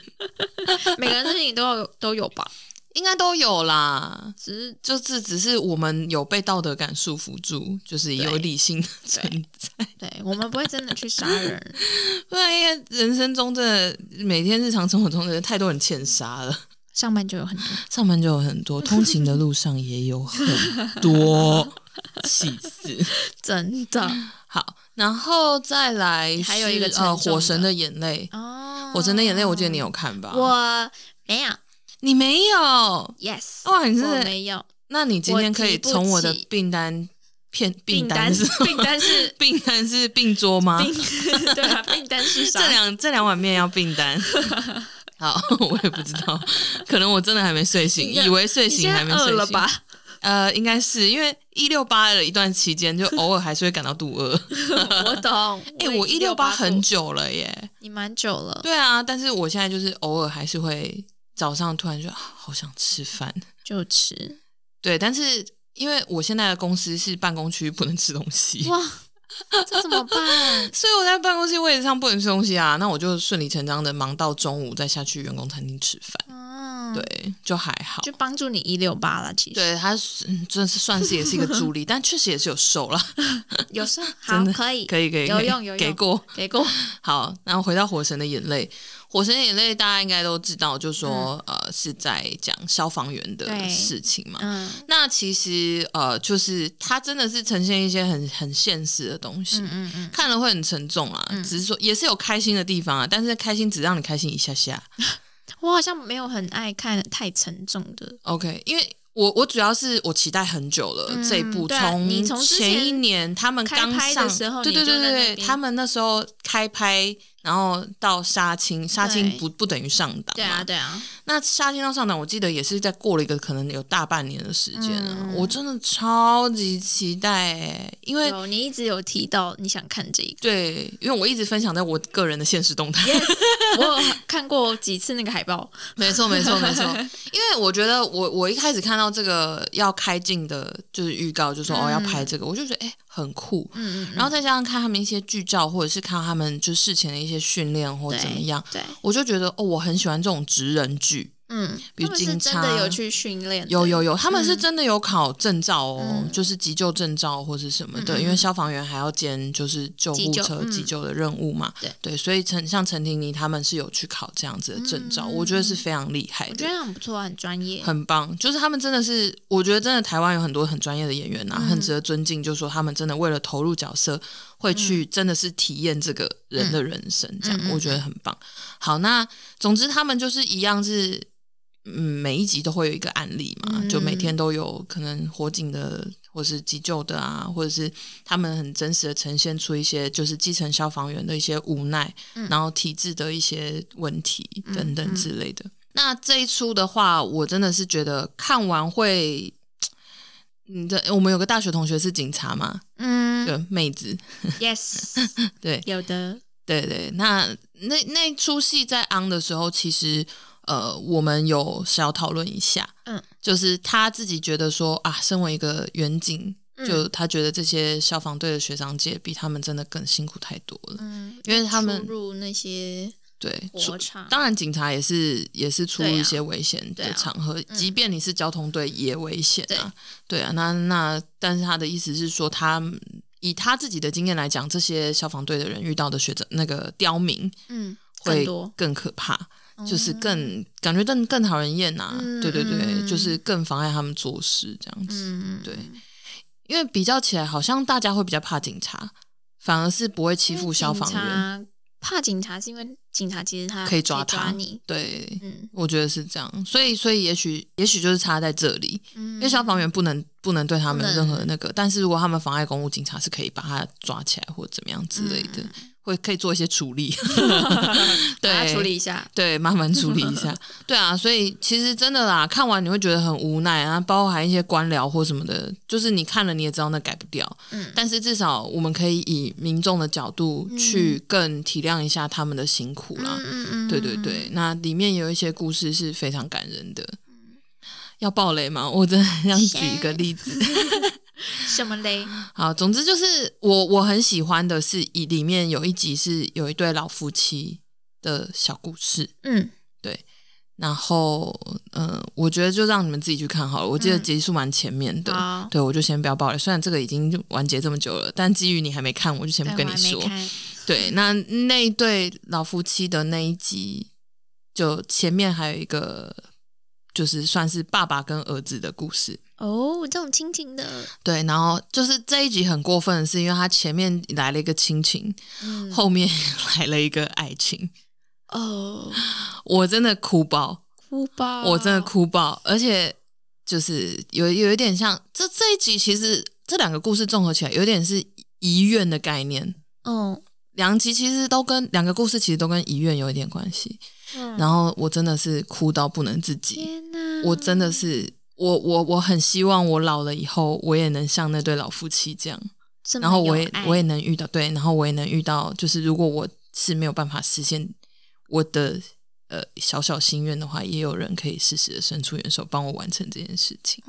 A: 每个人的电影都有都有吧，
B: 应该都有啦。
A: 只是
B: 就是只是我们有被道德感束缚住，就是有
A: 对
B: 理性的存在。
A: 对我们不会真的去杀人。
B: 不然，因为人生中真的每天日常生活中真的太多人欠杀了。
A: 上班就有很多，
B: 上班就有很多，通勤的路上也有很多，气死！
A: 真的
B: 好，然后再来是
A: 还有一个沉重
B: 呃，
A: 的
B: 《火神的眼泪》
A: 哦。
B: 火神的眼泪》，我记得你有看吧？
A: 我没有
B: 你没有
A: ，yes，
B: 哇！哦你
A: 我
B: 是
A: 没有
B: 那你今天可以从我的
A: 我提不起
B: 病单片 病单
A: 单
B: 是
A: 病 单是
B: 病单是病桌吗？
A: 病， 对啊，病单是啥
B: 这？两这两碗面要订 单。好，我也不知道，可能我真的还没睡醒，
A: 你看
B: 以为睡
A: 你
B: 醒
A: 现
B: 还
A: 在
B: 没
A: 饿
B: 睡
A: 了
B: 醒。
A: 吧？
B: 呃，应该是因为一六八的一段期间，就偶尔还是会感到肚饿。
C: 我 懂。
B: 哎、我一六八很，久了耶。
A: 你蛮久了，
B: 对啊，但是我现在就是偶尔还是会早上突然就啊好想吃饭。
A: 就吃
B: 对，但是因为我现在的公司是办公区不能吃东西，
A: 哇， 这怎么 办？
B: 所以我在办公室位置上不能吃东西啊。那我就顺理成章的忙到中午，再下去员工餐厅吃饭。
A: 嗯，，
B: 对，就还好。
A: 就帮助你一六八了，其实
B: 对，他是嗯真是算是也是一个助 力，但确实也是有瘦了。
A: 有 时候好
B: 真的
A: 可以
B: 可以可以，
A: 有
B: 可以
A: 用有用
B: 给过。
A: 给 过，
B: 好，然后回到《火神的眼泪》，《火神的眼泪》大家应该都知道，就说、呃是在讲消防员的
A: 嗯对
B: 事情嘛。
A: 嗯
B: 那其实呃，就是它真的是呈现一些很很现实的东西，
A: 嗯嗯嗯，
B: 看了会很沉重啊。只是说也是有开心的地方啊，但是开心只让你开心一下下。
A: 我好像没有很爱看太沉重的，
B: OK，因为。我我主要是我期待很久了、
A: 嗯
B: 这一部，
A: 对啊你从之前
B: 前一年他们刚
A: 开拍
B: 上
A: 的时候
B: 对对
A: 你就
B: 对
A: 在
B: 对
A: 那
B: 对，
A: 边
B: 他们那时候开拍，然后到杀青，杀青
A: 对
B: 不不等于上档嘛，
A: 对啊对啊，
B: 那杀青到上档，我记得也是在过了一个可能有大半年的时间啊，
A: 嗯
B: 我真的超级期待欸因为
A: 有你一直有提到你想看这个，
B: 对，因为我一直分享在我个人的现实动态
A: 我有看过几次那个海报，
B: 没错没错没 错，因为我觉得我我一开始看到这个要开镜的，就是预告，就说、哦
A: 嗯
B: 要拍这个，我就觉得哎、很酷，
A: 嗯嗯，
B: 然后再加上看他们一些剧照，或者是看到他们就事前的一些训练或怎么样，
A: 对，
B: 我就觉得哦我很喜欢这种职人剧，
A: 嗯，
B: 比如
A: 他们是
B: 警
A: 真
B: 察
A: 的有去训练的，
B: 有有有，他们是真的有考证照哦，
A: 嗯
B: 就是急救证照或是什么的，
A: 嗯嗯
B: 因为消防员还要兼就是救护
A: 急救
B: 车
A: 嗯
B: 急救的任务嘛。
A: 对
B: 所以陈像陈婷妮他们是有去考这样子的证照，
A: 嗯嗯
B: 我觉得是非常厉害
A: 我觉
B: 的。
A: 得很不错，很专业，
B: 很棒，就是他们真的是，我觉得真的台湾有很多很专业的演员啊，
A: 嗯
B: 很值得尊敬。就说他们真的为了投入角色，会去真的是体验这个人的人生，这样、
A: 嗯嗯嗯嗯
B: 我觉得很棒。好，那总之他们就是一样是，嗯，每一集都会有一个案例嘛，
A: 嗯
B: 就每天都有可能火警的。或是急救的啊，或者是他们很真实的呈现出一些就是基层消防员的一些无奈，
A: 嗯
B: 然后体制的一些问题
A: 嗯
B: 等等
A: 嗯
B: 之类的。那这一出的话，我真的是觉得看完会，你的我们有个大学同学是警察嘛，
A: 嗯
B: 对，妹子，
A: ，yes，
B: 对
A: 有的，
B: 对对，那那那出戏在 on 的时候，其实呃，我们有小讨论一下，
A: 嗯，
B: 就是他自己觉得说啊，身为一个远警，
A: 嗯
B: 就他觉得这些消防队的学长姐比他们真的更辛苦太多了，
A: 嗯，
B: 因为他们
A: 出入那些
B: 对，出
A: 火场，
B: 当然，警察也是也是出入
A: 对啊
B: 一些危险
A: 对
B: 的
A: 啊
B: 场合，
A: 嗯
B: 即便你是交通队也危险啊。对啊，那那但是他的意思是说他，以他自己的经验来讲，这些消防队的人遇到的学者那个刁民
A: 嗯，
B: 会
A: 更多，
B: 更可怕，就是
A: 嗯
B: 更感觉更更讨人厌呐、
A: 嗯
B: 对对对，
A: 嗯
B: 就是更妨碍他们做事这样子。
A: 嗯，嗯
B: 对，因为比较起来，好像大家会比较怕警察，反而是不会欺
A: 嗯
B: 负消防员。
A: 员。怕警察是因为警察其实他
B: 可以抓他
A: 你，
B: 对，
A: 嗯
B: 我觉得是这样，所以所以也许也许就是差在这里，
A: 嗯，
B: 因为消防员不能不能对他们有
A: 不能
B: 任何那个，但是如果他们妨碍公务，警察是可以把他抓起来或怎么样之类的，会可以做一些处 理，
A: 嗯把它
B: 对，
A: 处理一下，
B: 对，慢慢处理一 下。对啊，所以其实真的啦，看完你会觉得很无奈啊，包含一些官僚或什么的，就是你看了你也知道那改不掉。
A: 嗯
B: 但是至少我们可以以民众的角度去更体谅一下他们的辛苦啦。
A: 嗯嗯嗯，
B: 对对对，那里面有一些故事是非常感人的。
A: 嗯
B: 要爆雷吗？我真的很想举一个例子。
A: 嗯，什么嘞？
B: 好，总之就是我我很喜欢的是，以里面有一集是有一对老夫妻的小故事，
A: 嗯，
B: 然后，嗯，我觉得就让你们自己去看好了。我记得
A: 嗯
B: 集数蛮前面的，
A: 好
B: 对我就先不要爆了。虽然这个已经完结这么久了，但基于你还没看，我就先不
A: 对
B: 跟你
A: 我还没
B: 说。
A: 看
B: 对，那那一对老夫妻的那一集，就前面还有一个，就是算是爸爸跟儿子的故事。
A: 哦，这种亲情的，
B: 对，然后就是这一集很过分的是，因为他前面来了一个亲情，
A: 嗯，
B: 后面来了一个爱情，
A: 哦，
B: 我真的哭爆。
A: 哭吧，
B: 我真的哭爆，而且就是有有一点像这这一集，其实这两个故事综合起来，有点是遗愿的概念。
A: 嗯，
B: 两集其实都跟两个故事其实都跟遗愿有一点关系。
A: 嗯，
B: 然后我真的是哭到不能自己，
A: 天哪，
B: 我真的是我我我很希望我老了以后，我也能像那对老夫妻这样，
A: 这么
B: 然后我
A: 有
B: 也
A: 爱
B: 我也能遇到对，然后我也能遇到，就是如果我是没有办法实现我的呃小小心愿的话，也有人可以适时的伸出援手帮我完成这件事情。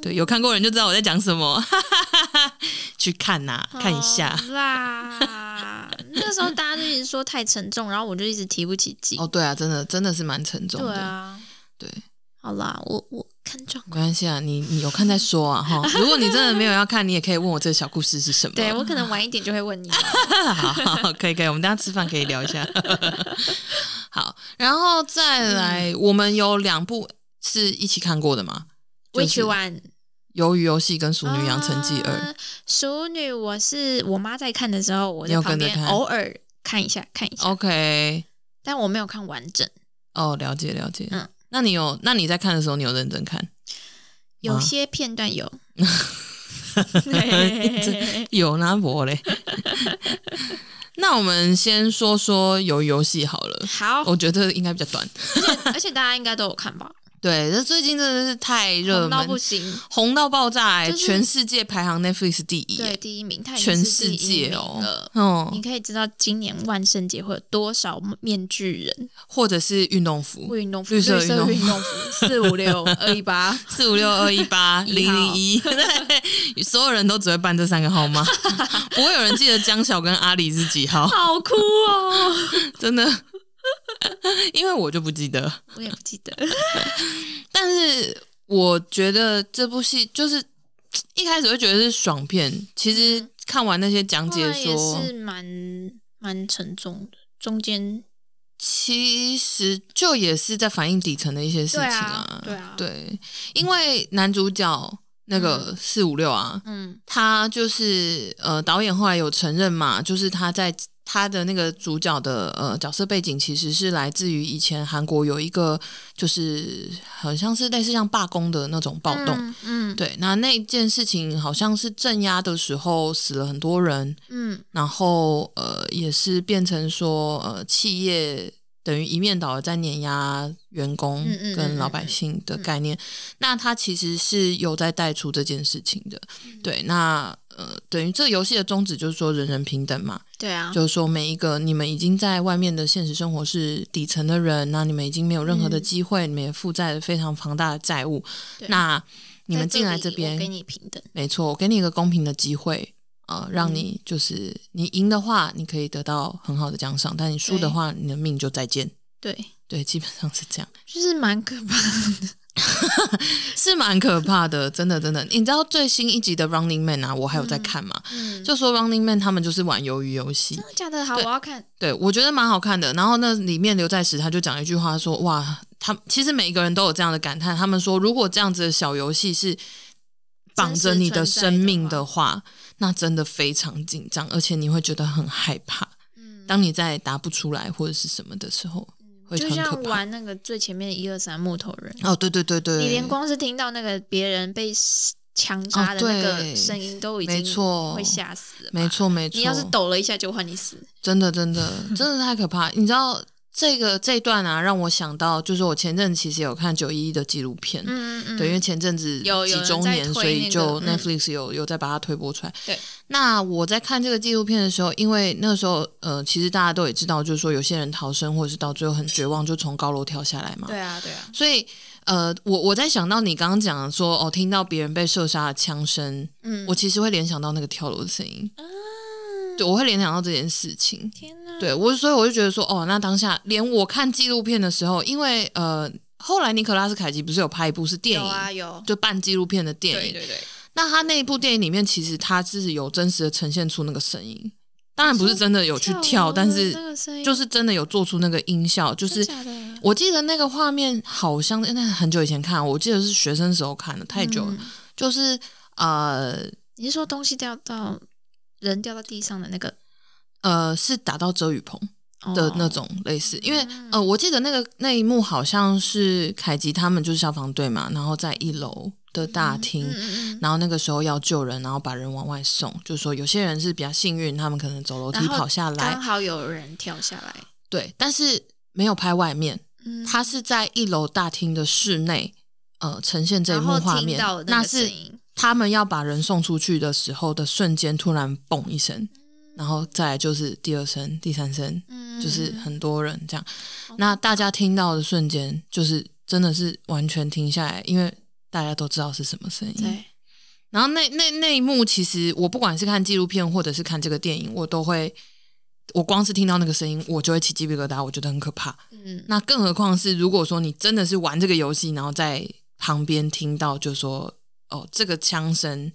B: 对，有看过人就知道我在讲什么， 哈哈哈哈去看呐、看一下。
A: 好啦。那时候大家就一直说太沉重，然后我就一直提不起劲。
B: 哦，对啊，真的真的是蛮沉重
A: 对
B: 的。
A: 啊，
B: 对
A: 好啦，我我看状
B: 没
A: 况。
B: 关系啊，你你有看再说啊哈。如果你真的没有要看，你也可以问我这个小故事是什么。
A: 对我可能晚一点就会 问你了。
B: 好好，好可以可以，我们等一下吃饭可以聊一下。 好，然后再来，我们有两部是一起看过的嘛？
A: 我一起
B: 就是
A: 玩《
B: 《鱿鱼游戏》跟《熟女养成记二》
A: 呃熟女，我是我妈在看的时候，我
B: 你
A: 在
B: 有
A: 旁
B: 跟着
A: 边
B: 看哦
A: 偶尔看一下看一下，
B: OK，
A: 但我没有看完整。
B: 哦，了解了解。
A: 嗯
B: 那你有？那你在看的时候，你有认真 看？
A: 有
B: 啊
A: 些片 段有，
B: 有那我嘞。 那我们先说说鱿鱼游戏好了，
A: 好，
B: 我觉得应该比较短。
A: 而且大家应该都有看吧，
B: 对，这最近真的是太热
A: 红到
B: 门，
A: 不行，
B: 红到爆炸、欸，
A: 就是
B: 全世界排行 Netflix 第一、
A: 对，
B: 欸，
A: 第一名，它已经
B: 全
A: 是
B: 世
A: 第一
B: 界
A: 名
B: 哦
A: 了，。你
B: 嗯，
A: 可以知道今年万圣节会有多少面具人、
B: 或者是运动服，
A: 运动服、
B: 绿
A: 绿
B: 色运动
A: 运动服，四 五六二一八，
B: 四五六二 一八零零一，对，所有人都只会办这三个号 码，不会有人记得江小跟阿里是几号，
A: 好酷哦！
B: 真的，因为我就不记得。
A: 我也不记得，
B: 但是我觉得这部戏就是一开始会觉得是爽片，其实看完那些讲
A: 后
B: 解
A: 来也
B: 说，
A: 是蛮蛮沉重的，中间
B: 其实就也是在反映底层的一些事情
A: 对啊对
B: 对，因为男主角那个四五六啊，
A: 嗯
B: 他就是呃，导演后来有承认嘛，就是他在他的那个主角的呃角色背景其实是来自于以前韩国有一个就是好像是类似像罢工的那种暴动，
A: 嗯嗯
B: 对，那那件事情好像是镇压的时候死了很多人，
A: 嗯
B: 然后呃也是变成说呃企业等于一面倒的在碾压员工
A: 嗯嗯嗯
B: 跟老百姓的概念。那他其实是有在带出这件事情的，
A: 嗯
B: 对，那呃等于这个游戏的宗旨就是说人人平等嘛，
A: 对啊，
B: 就是说每一个你们已经在外面的现实生活是底层的人，那你们已经没有任何的
A: 嗯
B: 机会，你们也负债了非常庞大的债务
A: 对，
B: 那你们
A: 在
B: 进来
A: 里
B: 这边
A: 我给你平等，
B: 没错，我给你一个公平的机会，呃，让
A: 嗯
B: 你就是、你赢的话，你可以得到很好的奖赏，但你输的
A: 对
B: 话，你的命就再见。
A: 对，
B: 对，基本上是这样，
A: 就是蛮可怕的。
B: 是蛮可怕的，真的真的。你知道最新一集的《Running Man》啊，我还有在看嘛，
A: 嗯，
B: 就说《Running Man》他们就是玩鱿鱼游戏
A: 真，的假的？好，我
B: 对
A: 要看。
B: 对我觉得蛮好看的。然后那里面刘在石他就讲一句话说：“哇，他其实每一个人都有这样的感叹，他们说如果这样子的小游戏是绑着你的生命的话，那真的非常紧张，而且你会觉得很害怕。
A: 嗯，
B: 当你在答不出来或者是什么的时候，会
A: 就
B: 很可
A: 像
B: 怕。
A: 玩那个最前面的一二三木头人，
B: 哦，对对对对，
A: 你连光是听到那个别人被强杀的
B: 哦
A: 那个
B: 对
A: 声音都已经
B: 没错
A: 会吓死了吧
B: 没，错没错，
A: 你要是抖了一下就换你死。
B: 真的，真的， 真的太可怕！你知道这个这一段啊，让我想到，就是我前阵子其实有看九一一的纪录片，
A: 嗯嗯嗯，
B: 对，因为前阵子
A: 有有
B: 几周
A: 人
B: 年，
A: 在推
B: 所以就
A: 那个嗯
B: Netflix 有、有在把它推播出来。
A: 对，
B: 那我在看这个纪录片的时候，因为那个时候呃，其实大家都也知道，就是说有些人逃生，或者是到最后很绝望，就从高楼跳下来嘛。
A: 对啊对啊，
B: 所以呃，我我在想到你刚刚讲的说哦，听到别人被射杀的枪声，
A: 嗯，啊
B: 我其实会联想到那个跳楼的声音。对，我会联想到这件事情。
A: 天哪，
B: 对我，所以我就觉得说，哦，那当下连我看纪录片的时候，因为呃，后来尼可拉斯凯奇不是有拍一部是电
A: 有
B: 影，
A: 啊有，
B: 就半纪录片的电
A: 对
B: 影。
A: 对对，
B: 那他那一部电影里面，其实他是有真实的呈现出那个声音，当然不是真的有去
A: 跳
B: 跳，
A: 楼
B: 但
A: 的
B: 是
A: 那个声音
B: 就是真的有做出那个音效，就是
A: 真假的
B: 我记得那个画面好像那很久以前看，我记得是学生时候看的，太久了，
A: 嗯
B: 就是呃
A: 你是说东西掉到人掉到地上的那个
B: 呃是打到遮雨棚。
A: 哦
B: 的那种类似，因为
A: 嗯
B: 呃，我记得那个那一幕好像是凯吉他们就是消防队嘛，然后在一楼的大厅，
A: 嗯嗯嗯
B: 然后那个时候要救人，然后把人往外送，就说有些人是比较幸运，他们可能走楼梯
A: 然后
B: 跑下
A: 刚
C: 啊
B: 来，
A: 好有人跳下来，
B: 对，但是没有拍外面，
A: 嗯，
B: 他是在一楼大厅的室内，呃呈现这一
C: 然
B: 幕
C: 后
B: 画
C: 听
B: 面
C: 到的，
B: 那
C: 个声
B: 是
C: 音，
B: 他们要把人送出去的时候的瞬间，突然嘣一声，
C: 嗯
B: 然后再来就是第二声、第三声，
A: 嗯
B: 就是很多人这样。
C: 哦
B: 那大家听到的瞬间，就是真的是完全停下来，因为大家都知道是什么声音。
A: 对，
B: 然后那那那一幕，其实我不管是看纪录片或者是看这个电影，我都会，我光是听到那个声音，我就会起鸡皮疙瘩，我觉得很可怕。
C: 嗯，
B: 那更何况是如果说你真的是玩这个游戏，然后在旁边听到就说哦，这个枪声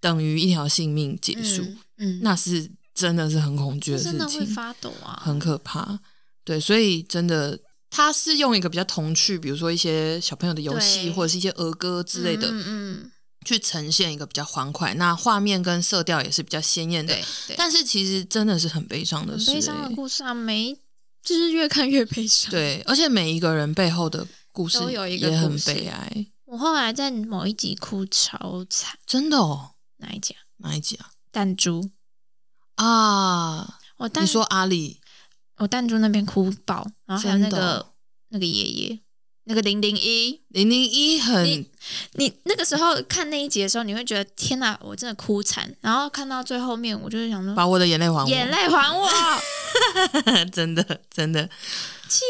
B: 等于一条性命结束，
A: 嗯，
B: 那是真的是很恐惧的事
A: 真的会
B: 情，
A: 发抖啊，
B: 很可怕。对，所以真的。它是用一个比较童趣，比如说一些小朋友的游戏，
C: 对
B: 或者是一些儿歌之类的，
A: 嗯嗯，
B: 去呈现一个比较欢快。那画面跟色调也是比较鲜艳
A: 嗯
B: 的
A: 对，，对
B: 但是其实真的是很悲伤的
A: 很
B: 事、
A: 悲伤的
B: 欸
A: 故事啊，没
C: 就是越看越悲伤。
B: 对，而且每一个人背后的故事
C: 都有一个
B: 也很
C: 故事
B: 悲哀。
A: 我后来在某一集哭超惨，
B: 真的哦，
A: 哪一集啊？
B: 哪一集啊？
A: 弹珠，
B: 啊，
A: 我弹
B: 你说阿里
A: 我弹珠那边哭爆，然后还有那
B: 真的哦
A: 个那个爷爷，那个零零一，
B: 零零一很
A: 你你那个时候看那一集的时候，你会觉得天哪，我真的哭惨。然后看到最后面，我就是想说，
B: 把我的眼泪还我，
A: 眼泪还我，
B: 真的真的
A: 气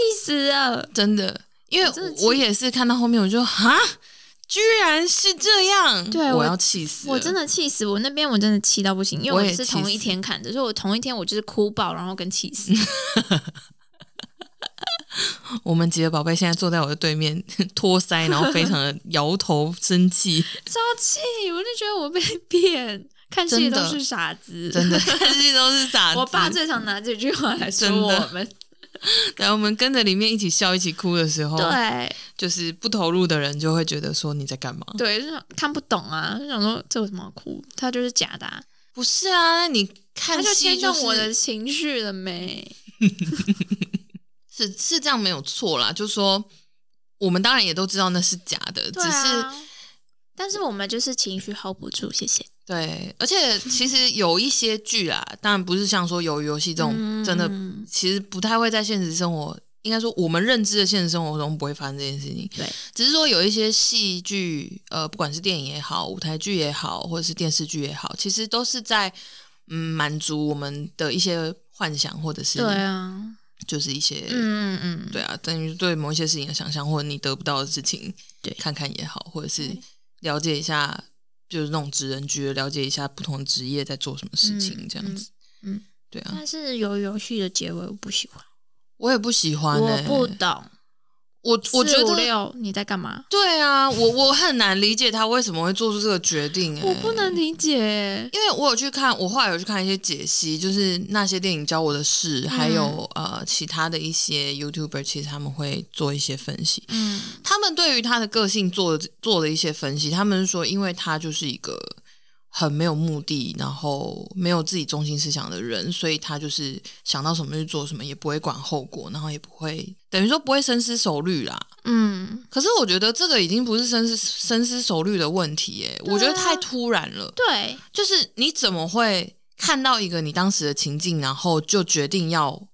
A: 死了。
B: 真的，因为
A: 我真的气
B: 我也是看到后面我就哈，居然是这样，
A: 对
B: 我
A: 我
B: 要气死了，
A: 我真的气死，我那边我真的气到不行，因为
B: 我
A: 我
B: 也
A: 是
B: 气
A: 同一
B: 死
A: 天看的，所以我同一天我就是哭爆，然后跟气死。
B: 我们几个宝贝现在坐在我的对面 托腮，然后非常的摇头生气，
A: 超气！我就觉得我被 骗，看戏
B: 真
A: 都
B: 的
A: 是傻 子。
B: 真 的，但是都是傻子。
A: 我爸最常拿这句话来说
B: 真的
A: 我们。
B: 然后我们跟着里面一起笑一起哭的时候，
A: 对
B: 就是不投入的人就会觉得说你在干嘛？
A: 对，就是看不懂啊，就想说这有什么好哭？他就是假的、啊，
B: 不是啊，那你
A: 他
B: 看
A: 就
B: 戏
A: 牵动我
B: 是
A: 的情绪了没？
B: 是是这样没有错啦，就说我们当然也都知道那是假的，
A: 对
B: 只是
A: 啊，但是我们就是情绪 hold 不住，谢谢。
B: 对，而且其实有一些剧啊，当然不是像说鱿鱼游戏这种、
A: 嗯
B: 真的，其实不太会在现实生活，应该说我们认知的现实生活中不会发生这件事情。
A: 对，
B: 只是说有一些戏剧，呃，不管是电影也好，舞台剧也好，或者是电视剧也好，其实都是在嗯满足我们的一些幻想，或者是
A: 对啊，
B: 就是一些
A: 嗯嗯嗯，
B: 对啊，等于对某一些事情的想象，或者你得不到的事情，
A: 对
B: 看看也好，或者是了解一下，就是那种职人局，了解一下不同的职业在做什么事情，
A: 嗯
B: 这样子。
A: 嗯嗯
B: 对啊，
A: 但是游游戏的结尾我不喜欢，
B: 我也不喜欢、
A: 我
B: 欸，
A: 不懂。
B: 我我觉
A: 四五
B: 得
A: 六你在干嘛？
B: 对啊，我我很难理解他为什么会做出这个决定、欸，
A: 我不能理解。
B: 因为我有去看，我后来有去看一些解析，就是那些电影教我的事，
A: 嗯
B: 还有呃其他的一些 YouTuber，其实他们会做一些分析。
A: 嗯
B: 他们对于他的个性做做了一些分析，他们说，因为他就是一个很没有目的，然后没有自己中心思想的人，所以他就是想到什么就做什么，也不会管后果，然后也不会等于说不会深思熟虑啦。
A: 嗯，
B: 可是我觉得这个已经不是深思深思熟虑的问题、耶，我觉得太突然了。
A: 对，
B: 就是你怎么会看到一个你当时的情境，然后就决定要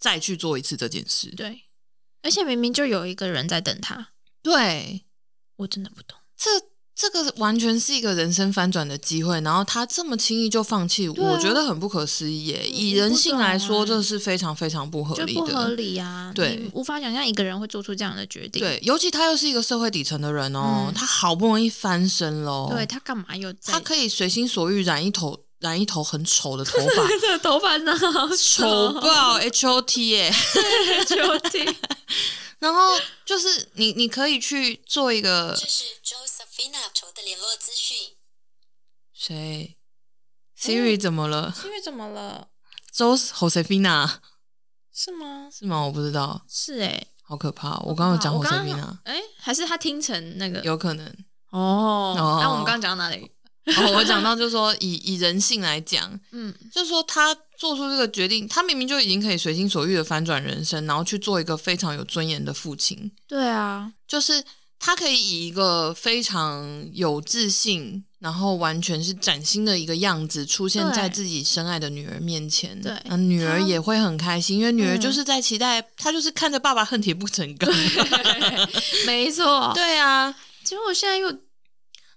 B: 再去做一次这件事？
A: 对，而且明明就有一个人在等他，
B: 对，
A: 我真的不懂。
B: 这这个完全是一个人生翻转的机会，然后他这么轻易就放弃，
A: 啊
B: 我觉得很不可思议耶。
A: 我
B: 以人性来说，
A: 我不懂
B: 这
A: 啊
B: 是非常非常不合
A: 就
B: 理
A: 不合
B: 的。
A: 理啊！
B: 对
A: 你无法想象一个人会做出这样的决定。
B: 对，尤其他又是一个社会底层的人哦，
A: 嗯
B: 他好不容易翻身喽，
A: 对，他干嘛又在？，
B: 哦他可以随心所欲染一头染一头很丑的头发
A: 这个头发呢？
B: 丑
A: 啊
B: 爆 H O T 耶、
A: 就听
B: 然后就是你你可以去做一个
D: 这是 Josephina 筹的联络资讯。
B: 谁
A: 哦
B: Siri 怎么了？
A: 因为怎么了？
B: 周 Josefina
A: 是吗？
B: 是吗？我不知道，
A: 是哎、
B: 好可怕哦！我刚刚有讲
A: 我刚
B: Josefina。
A: 哎、还是他听成那个
B: 啊有 可能。
A: 哦？那、
B: 哦
A: 我们刚刚讲到哪里？
B: 哦，我讲到就是说以以人性来讲，
A: 嗯，
B: 就是说他做出这个决定，他明明就已经可以随心所欲的翻转人生，然后去做一个非常有尊严的父亲，
A: 对啊，
B: 就是他可以以一个非常有自信，然后完全是崭新的一个样子出现
A: 对
B: 在自己深爱的女儿面前。
A: 对
B: 那女儿
A: 他
B: 也会很开心，因为女儿
A: 嗯
B: 就是在期待，她就是看着爸爸恨铁不成钢。
A: 没 错，
B: 对啊，
A: 结果我现在又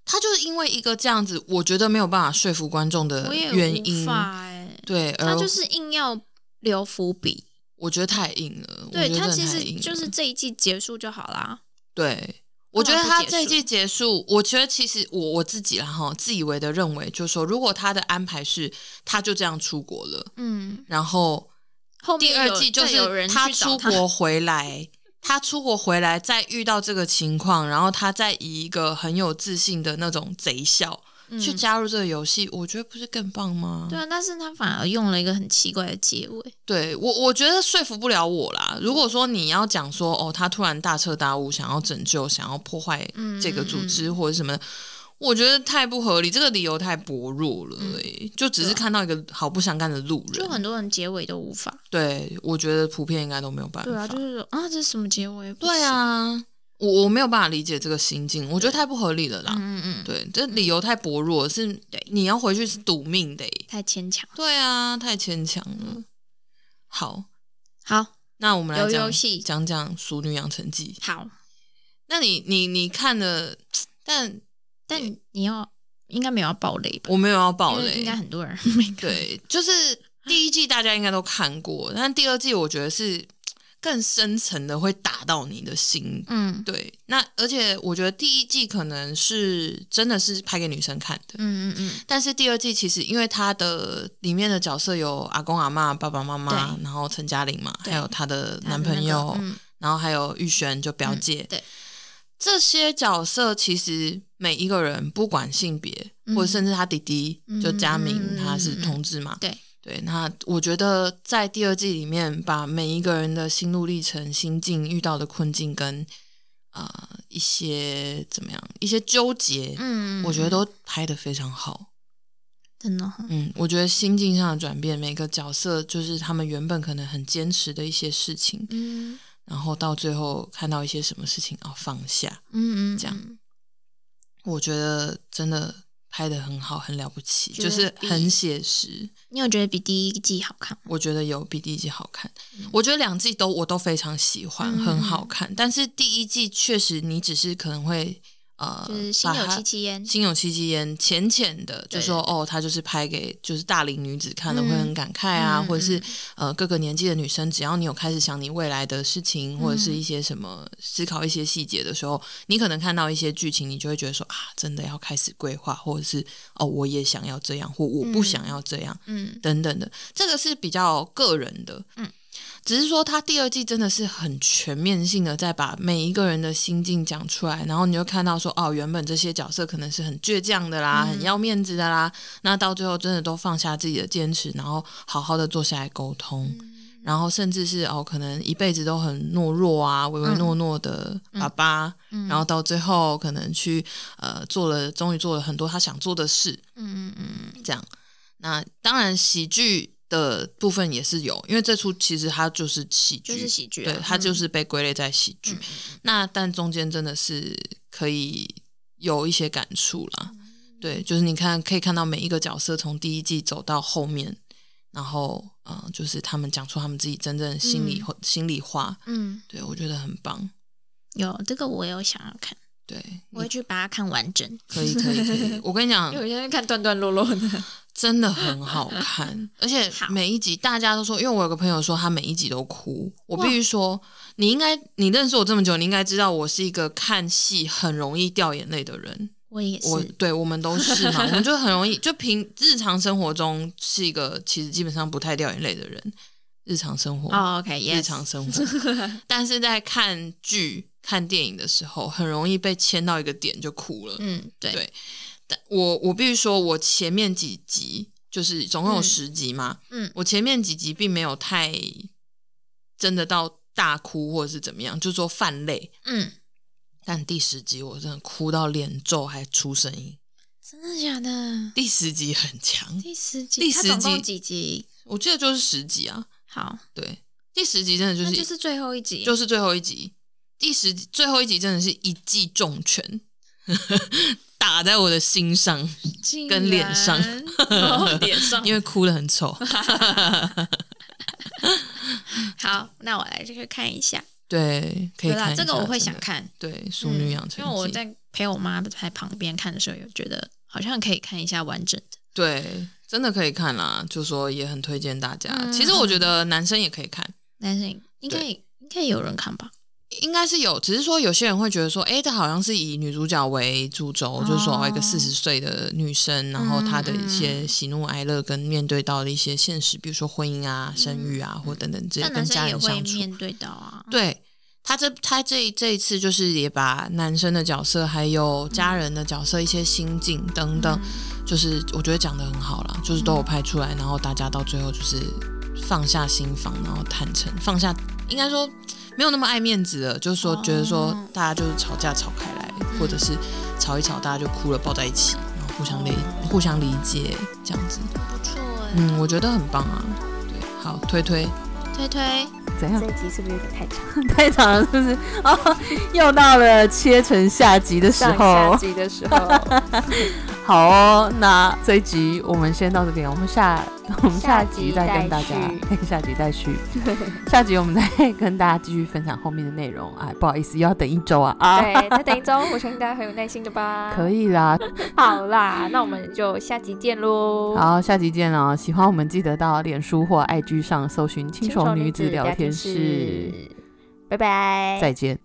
B: 他就是因为一个这样子，我觉得没有办法说服观众的
A: 我也
B: 原
A: 无
B: 因，呃
A: 法哎、
B: 对，而
A: 他就是硬要留伏笔。
B: 我觉得太硬了，我
A: 对
B: 觉得
A: 他
B: 真
A: 其
B: 的太硬
A: 实
B: 了
A: 就是这一季结束就好啦。
B: 对，我觉
A: 干
B: 得
A: 嘛不
B: 他
A: 结
B: 这一
A: 束
B: 季结束，我觉得其实我我自己啦哈，自以为的认为，就是说如果他的安排是他就这样出国了，
A: 嗯，
B: 然后
A: 后面
B: 第二
A: 有
B: 季就
A: 再有
B: 是
A: 人
B: 他
A: 去找
B: 出
A: 他，
B: 国回来，他出国回来再遇到这个情况，然后他再以一个很有自信的那种贼笑、去
A: 嗯
B: 加入这个游戏，我觉得不是更棒吗？
A: 对啊，但是他反而用了一个很奇怪的结尾。
B: 对我，我觉得说服不了我啦。如果说你要讲说哦，他突然大彻大悟，想要拯救，想要破坏
A: 嗯
B: 这个组织或者什么的，我觉得太不合理，这个理由太薄弱了、欸。就只是
A: 对啊
B: 看到一个毫不相干的路
A: 就
B: 人，
A: 很多人结尾都无法。
B: 对我觉得普遍应该都没有办法。
A: 对啊，就是说啊，这是什么结尾？不
B: 对啊，我我没有办法理解这个心境，我觉得太不合理了啦。
A: 行，嗯嗯嗯，
B: 对，这理由太薄弱，是
A: 对
B: 你要回去是赌命的欸、
A: 太牵强。
B: 对啊，太牵强
A: 嗯
B: 了。好，
A: 好，
B: 那我们来
A: 游
B: 讲
A: 游戏
B: 讲讲《熟女养成记》。
A: 好，
B: 那你你你看了，但
A: 但你你要应该没有要爆雷吧？
B: 我没有要爆
A: 因为应
B: 雷
A: 该。很多人没看。
B: 对，就是第一季大家应该都看过，但第二季我觉得是更深层的会打到你的心。
A: 嗯
B: 对，那而且我觉得第一季可能是真的是拍给女生看的，
A: 嗯嗯嗯，
B: 但是第二季其实因为它的里面的角色有阿公阿妈、爸爸妈妈，
A: 对
B: 然后陈嘉玲嘛，
A: 对
B: 还有她的
A: 他的
B: 男
A: 那
B: 朋
A: 个
B: 友，
A: 嗯
B: 然后还有玉璇就表姐，
A: 对
B: 这些角色其实每一个人不管性别，
A: 嗯
B: 或者甚至他弟弟
A: 嗯
B: 就佳明，
A: 嗯嗯嗯
B: 他是同志嘛，
A: 对
B: 对。那我觉得在第二季里面，把每一个人的心路历程、心境、遇到的困境跟呃一些怎么样一些纠结，
A: 嗯，
B: 我觉得都拍得非常好。
A: 真的哦
B: 嗯，我觉得心境上的转变，每个角色就是他们原本可能很坚持的一些事情，
A: 嗯
B: 然后到最后看到一些什么事情哦放下，
A: 嗯嗯，
B: 这
A: 样
B: 我觉得真的拍的很好，很了不起，
A: 觉
B: 就
A: 得
B: 是很写实。
A: 你有觉得比第一季好看吗？
B: 我觉得有比第一季好看，我觉得两季都我都非常喜欢，
A: 嗯
B: 很好看。但是第一季确实你只是可能会呃，
A: 就是心有
B: 把它
A: 戚戚焉。
B: 心有戚戚焉，浅浅的就
A: 对
B: 说哦，他就是拍给就是大龄女子看了会
A: 嗯
B: 很感慨啊，
A: 嗯
B: 或者是
A: 嗯
B: 呃各个年纪的女生，只要你有开始想你未来的事情，或者是一些什么
A: 嗯
B: 思考一些细节的时候，你可能看到一些剧情，你就会觉得说啊，真的要开始规划，或者是哦，我也想要这样，或我不想要这样、
A: 嗯
B: 等等的，这个是比较个人的，
A: 嗯。
B: 只是说，他第二季真的是很全面性的，在把每一个人的心境讲出来，然后你就看到说，哦，原本这些角色可能是很倔强的
A: 嗯
B: 啦，很要面子的啦，那到最后真的都放下自己的坚持，然后好好的坐下来沟通，
A: 嗯
B: 然后甚至是哦，可能一辈子都很懦弱啊，唯唯诺诺的爸爸，
A: 嗯
B: 然后到最后可能去呃做了，终于做了很多他想做的事，
A: 嗯嗯嗯，
B: 这样。那当然，喜剧的部分也是有，因为这出其实它就是喜剧，
A: 就是喜剧啊嗯
B: 对，它就是被归类在喜剧。那但中间真的是可以有一些感触啦，
A: 嗯
B: 对，就是你看可以看到每一个角色从第一季走到后面，然后嗯、呃就是他们讲出他们自己真正心里、心里话，
A: 嗯，
B: 对我觉得很棒，
A: 有这个我有想要看，
B: 对，
A: 我会去把它看完整。
B: 可以可以可以，我跟你 讲
C: 因，为我现在看断断落落的，
B: 真的很好看，而且
A: 好
B: 每一集大家都说，因为我有个朋友说他每一集都哭，我必须说，你应该你认识我这么久，你应该知道我是一个看戏很容易掉眼泪的人。
A: 我也
B: 我
A: 是，
B: 对我们都是嘛， 我们就很容易就平日常生活中是一个其实基本上不太掉眼泪的人，日常生活
A: 哦，OK，
B: 日
A: yes
B: 常生 活，但是在看剧、看电影的时候，很容易被牵到一个点就哭了。
A: 嗯，对，
B: 对但我我必须说，我前面几集就是总共有
A: 嗯
B: 十集嘛，
A: 嗯
B: 我前面几集并没有太真的到大哭或者是怎么样，就说泛泪。
A: 嗯，
B: 但第十集我真的哭到脸皱还出声音，
A: 真的假的？
B: 第十集很强，
A: 第十集，
B: 第
A: 它
B: 十
A: 总共
B: 集
A: 几集？
B: 我记得就是十集啊，
A: 好，
B: 对，第十集真的就
A: 那
B: 是
A: 就是最后一集，
B: 就是最后一集，第十集最后一集真的是一记重拳， 打在我的心上，
A: 竟
B: 跟脸上
A: 然， 哦脸 上。
B: 因为哭得很丑。
A: 好，那我来这个看一下。
B: 对，可以
A: 对啦，
B: 看一
A: 这个
B: 下
A: 我会
B: 真
A: 想
B: 的
A: 看
B: 对《熟女
A: 嗯
B: 养成记》
A: 因为我在陪我妈在旁边看的时候，有觉得好像可以看一下完整的。
B: 对真的可以看啦，就说也很推荐大家。
A: 嗯
B: 其实我觉得男生也可以看，
A: 男生应该应该有人看吧？
B: 应该是有，只是说有些人会觉得说，诶，这好像是以女主角为主轴，就是说哦一个四
A: 哦
B: 十岁的女生，然后她的
A: 嗯
B: 一些喜怒哀乐跟面对到的一些现实，比如说婚姻啊、生育啊，或等等这些
A: 嗯但
B: 跟
A: 男
B: 家
A: 生也
B: 人
A: 会
B: 相处。
A: 面对到啊。
B: 对他这他这这一次就是也把男生的角色还有家人的角色一些心境等等，就是我觉得讲的很好啦，就是都有拍出来，然后大家到最后就是放下心房，然后坦诚放下，应该说没有那么爱面子了，就是说觉得说
A: 哦
B: 大家就是吵架吵开来，或者是吵一吵大家就哭了抱在一起，然后互相理
A: 哦
B: 互相理解这样子，
A: 不错哎、
B: 嗯，我觉得很棒啊，对，好推推。
A: 推推
E: 怎样
F: 这？一集是不是有点太长？
E: 太长了是不是？哦，又到了切成下集的时
F: 上下
E: 候。
F: 集的 时候，
E: 好哦，那这一集我们先到这边，我们下我们下集再跟大家 下集再续，下集我们再跟大家继续分享后面的内容。哎，不好意思，又要等一周啊啊！
F: 对，再等一周，我相信大家很有耐心的吧？
E: 可以啦，
F: 好啦，那我们就下集见喽。，
E: 好，下集见了。喜欢我们记得到脸书或 IG 上搜寻“轻熟女子聊天室
F: 拜”，拜，
E: 再见。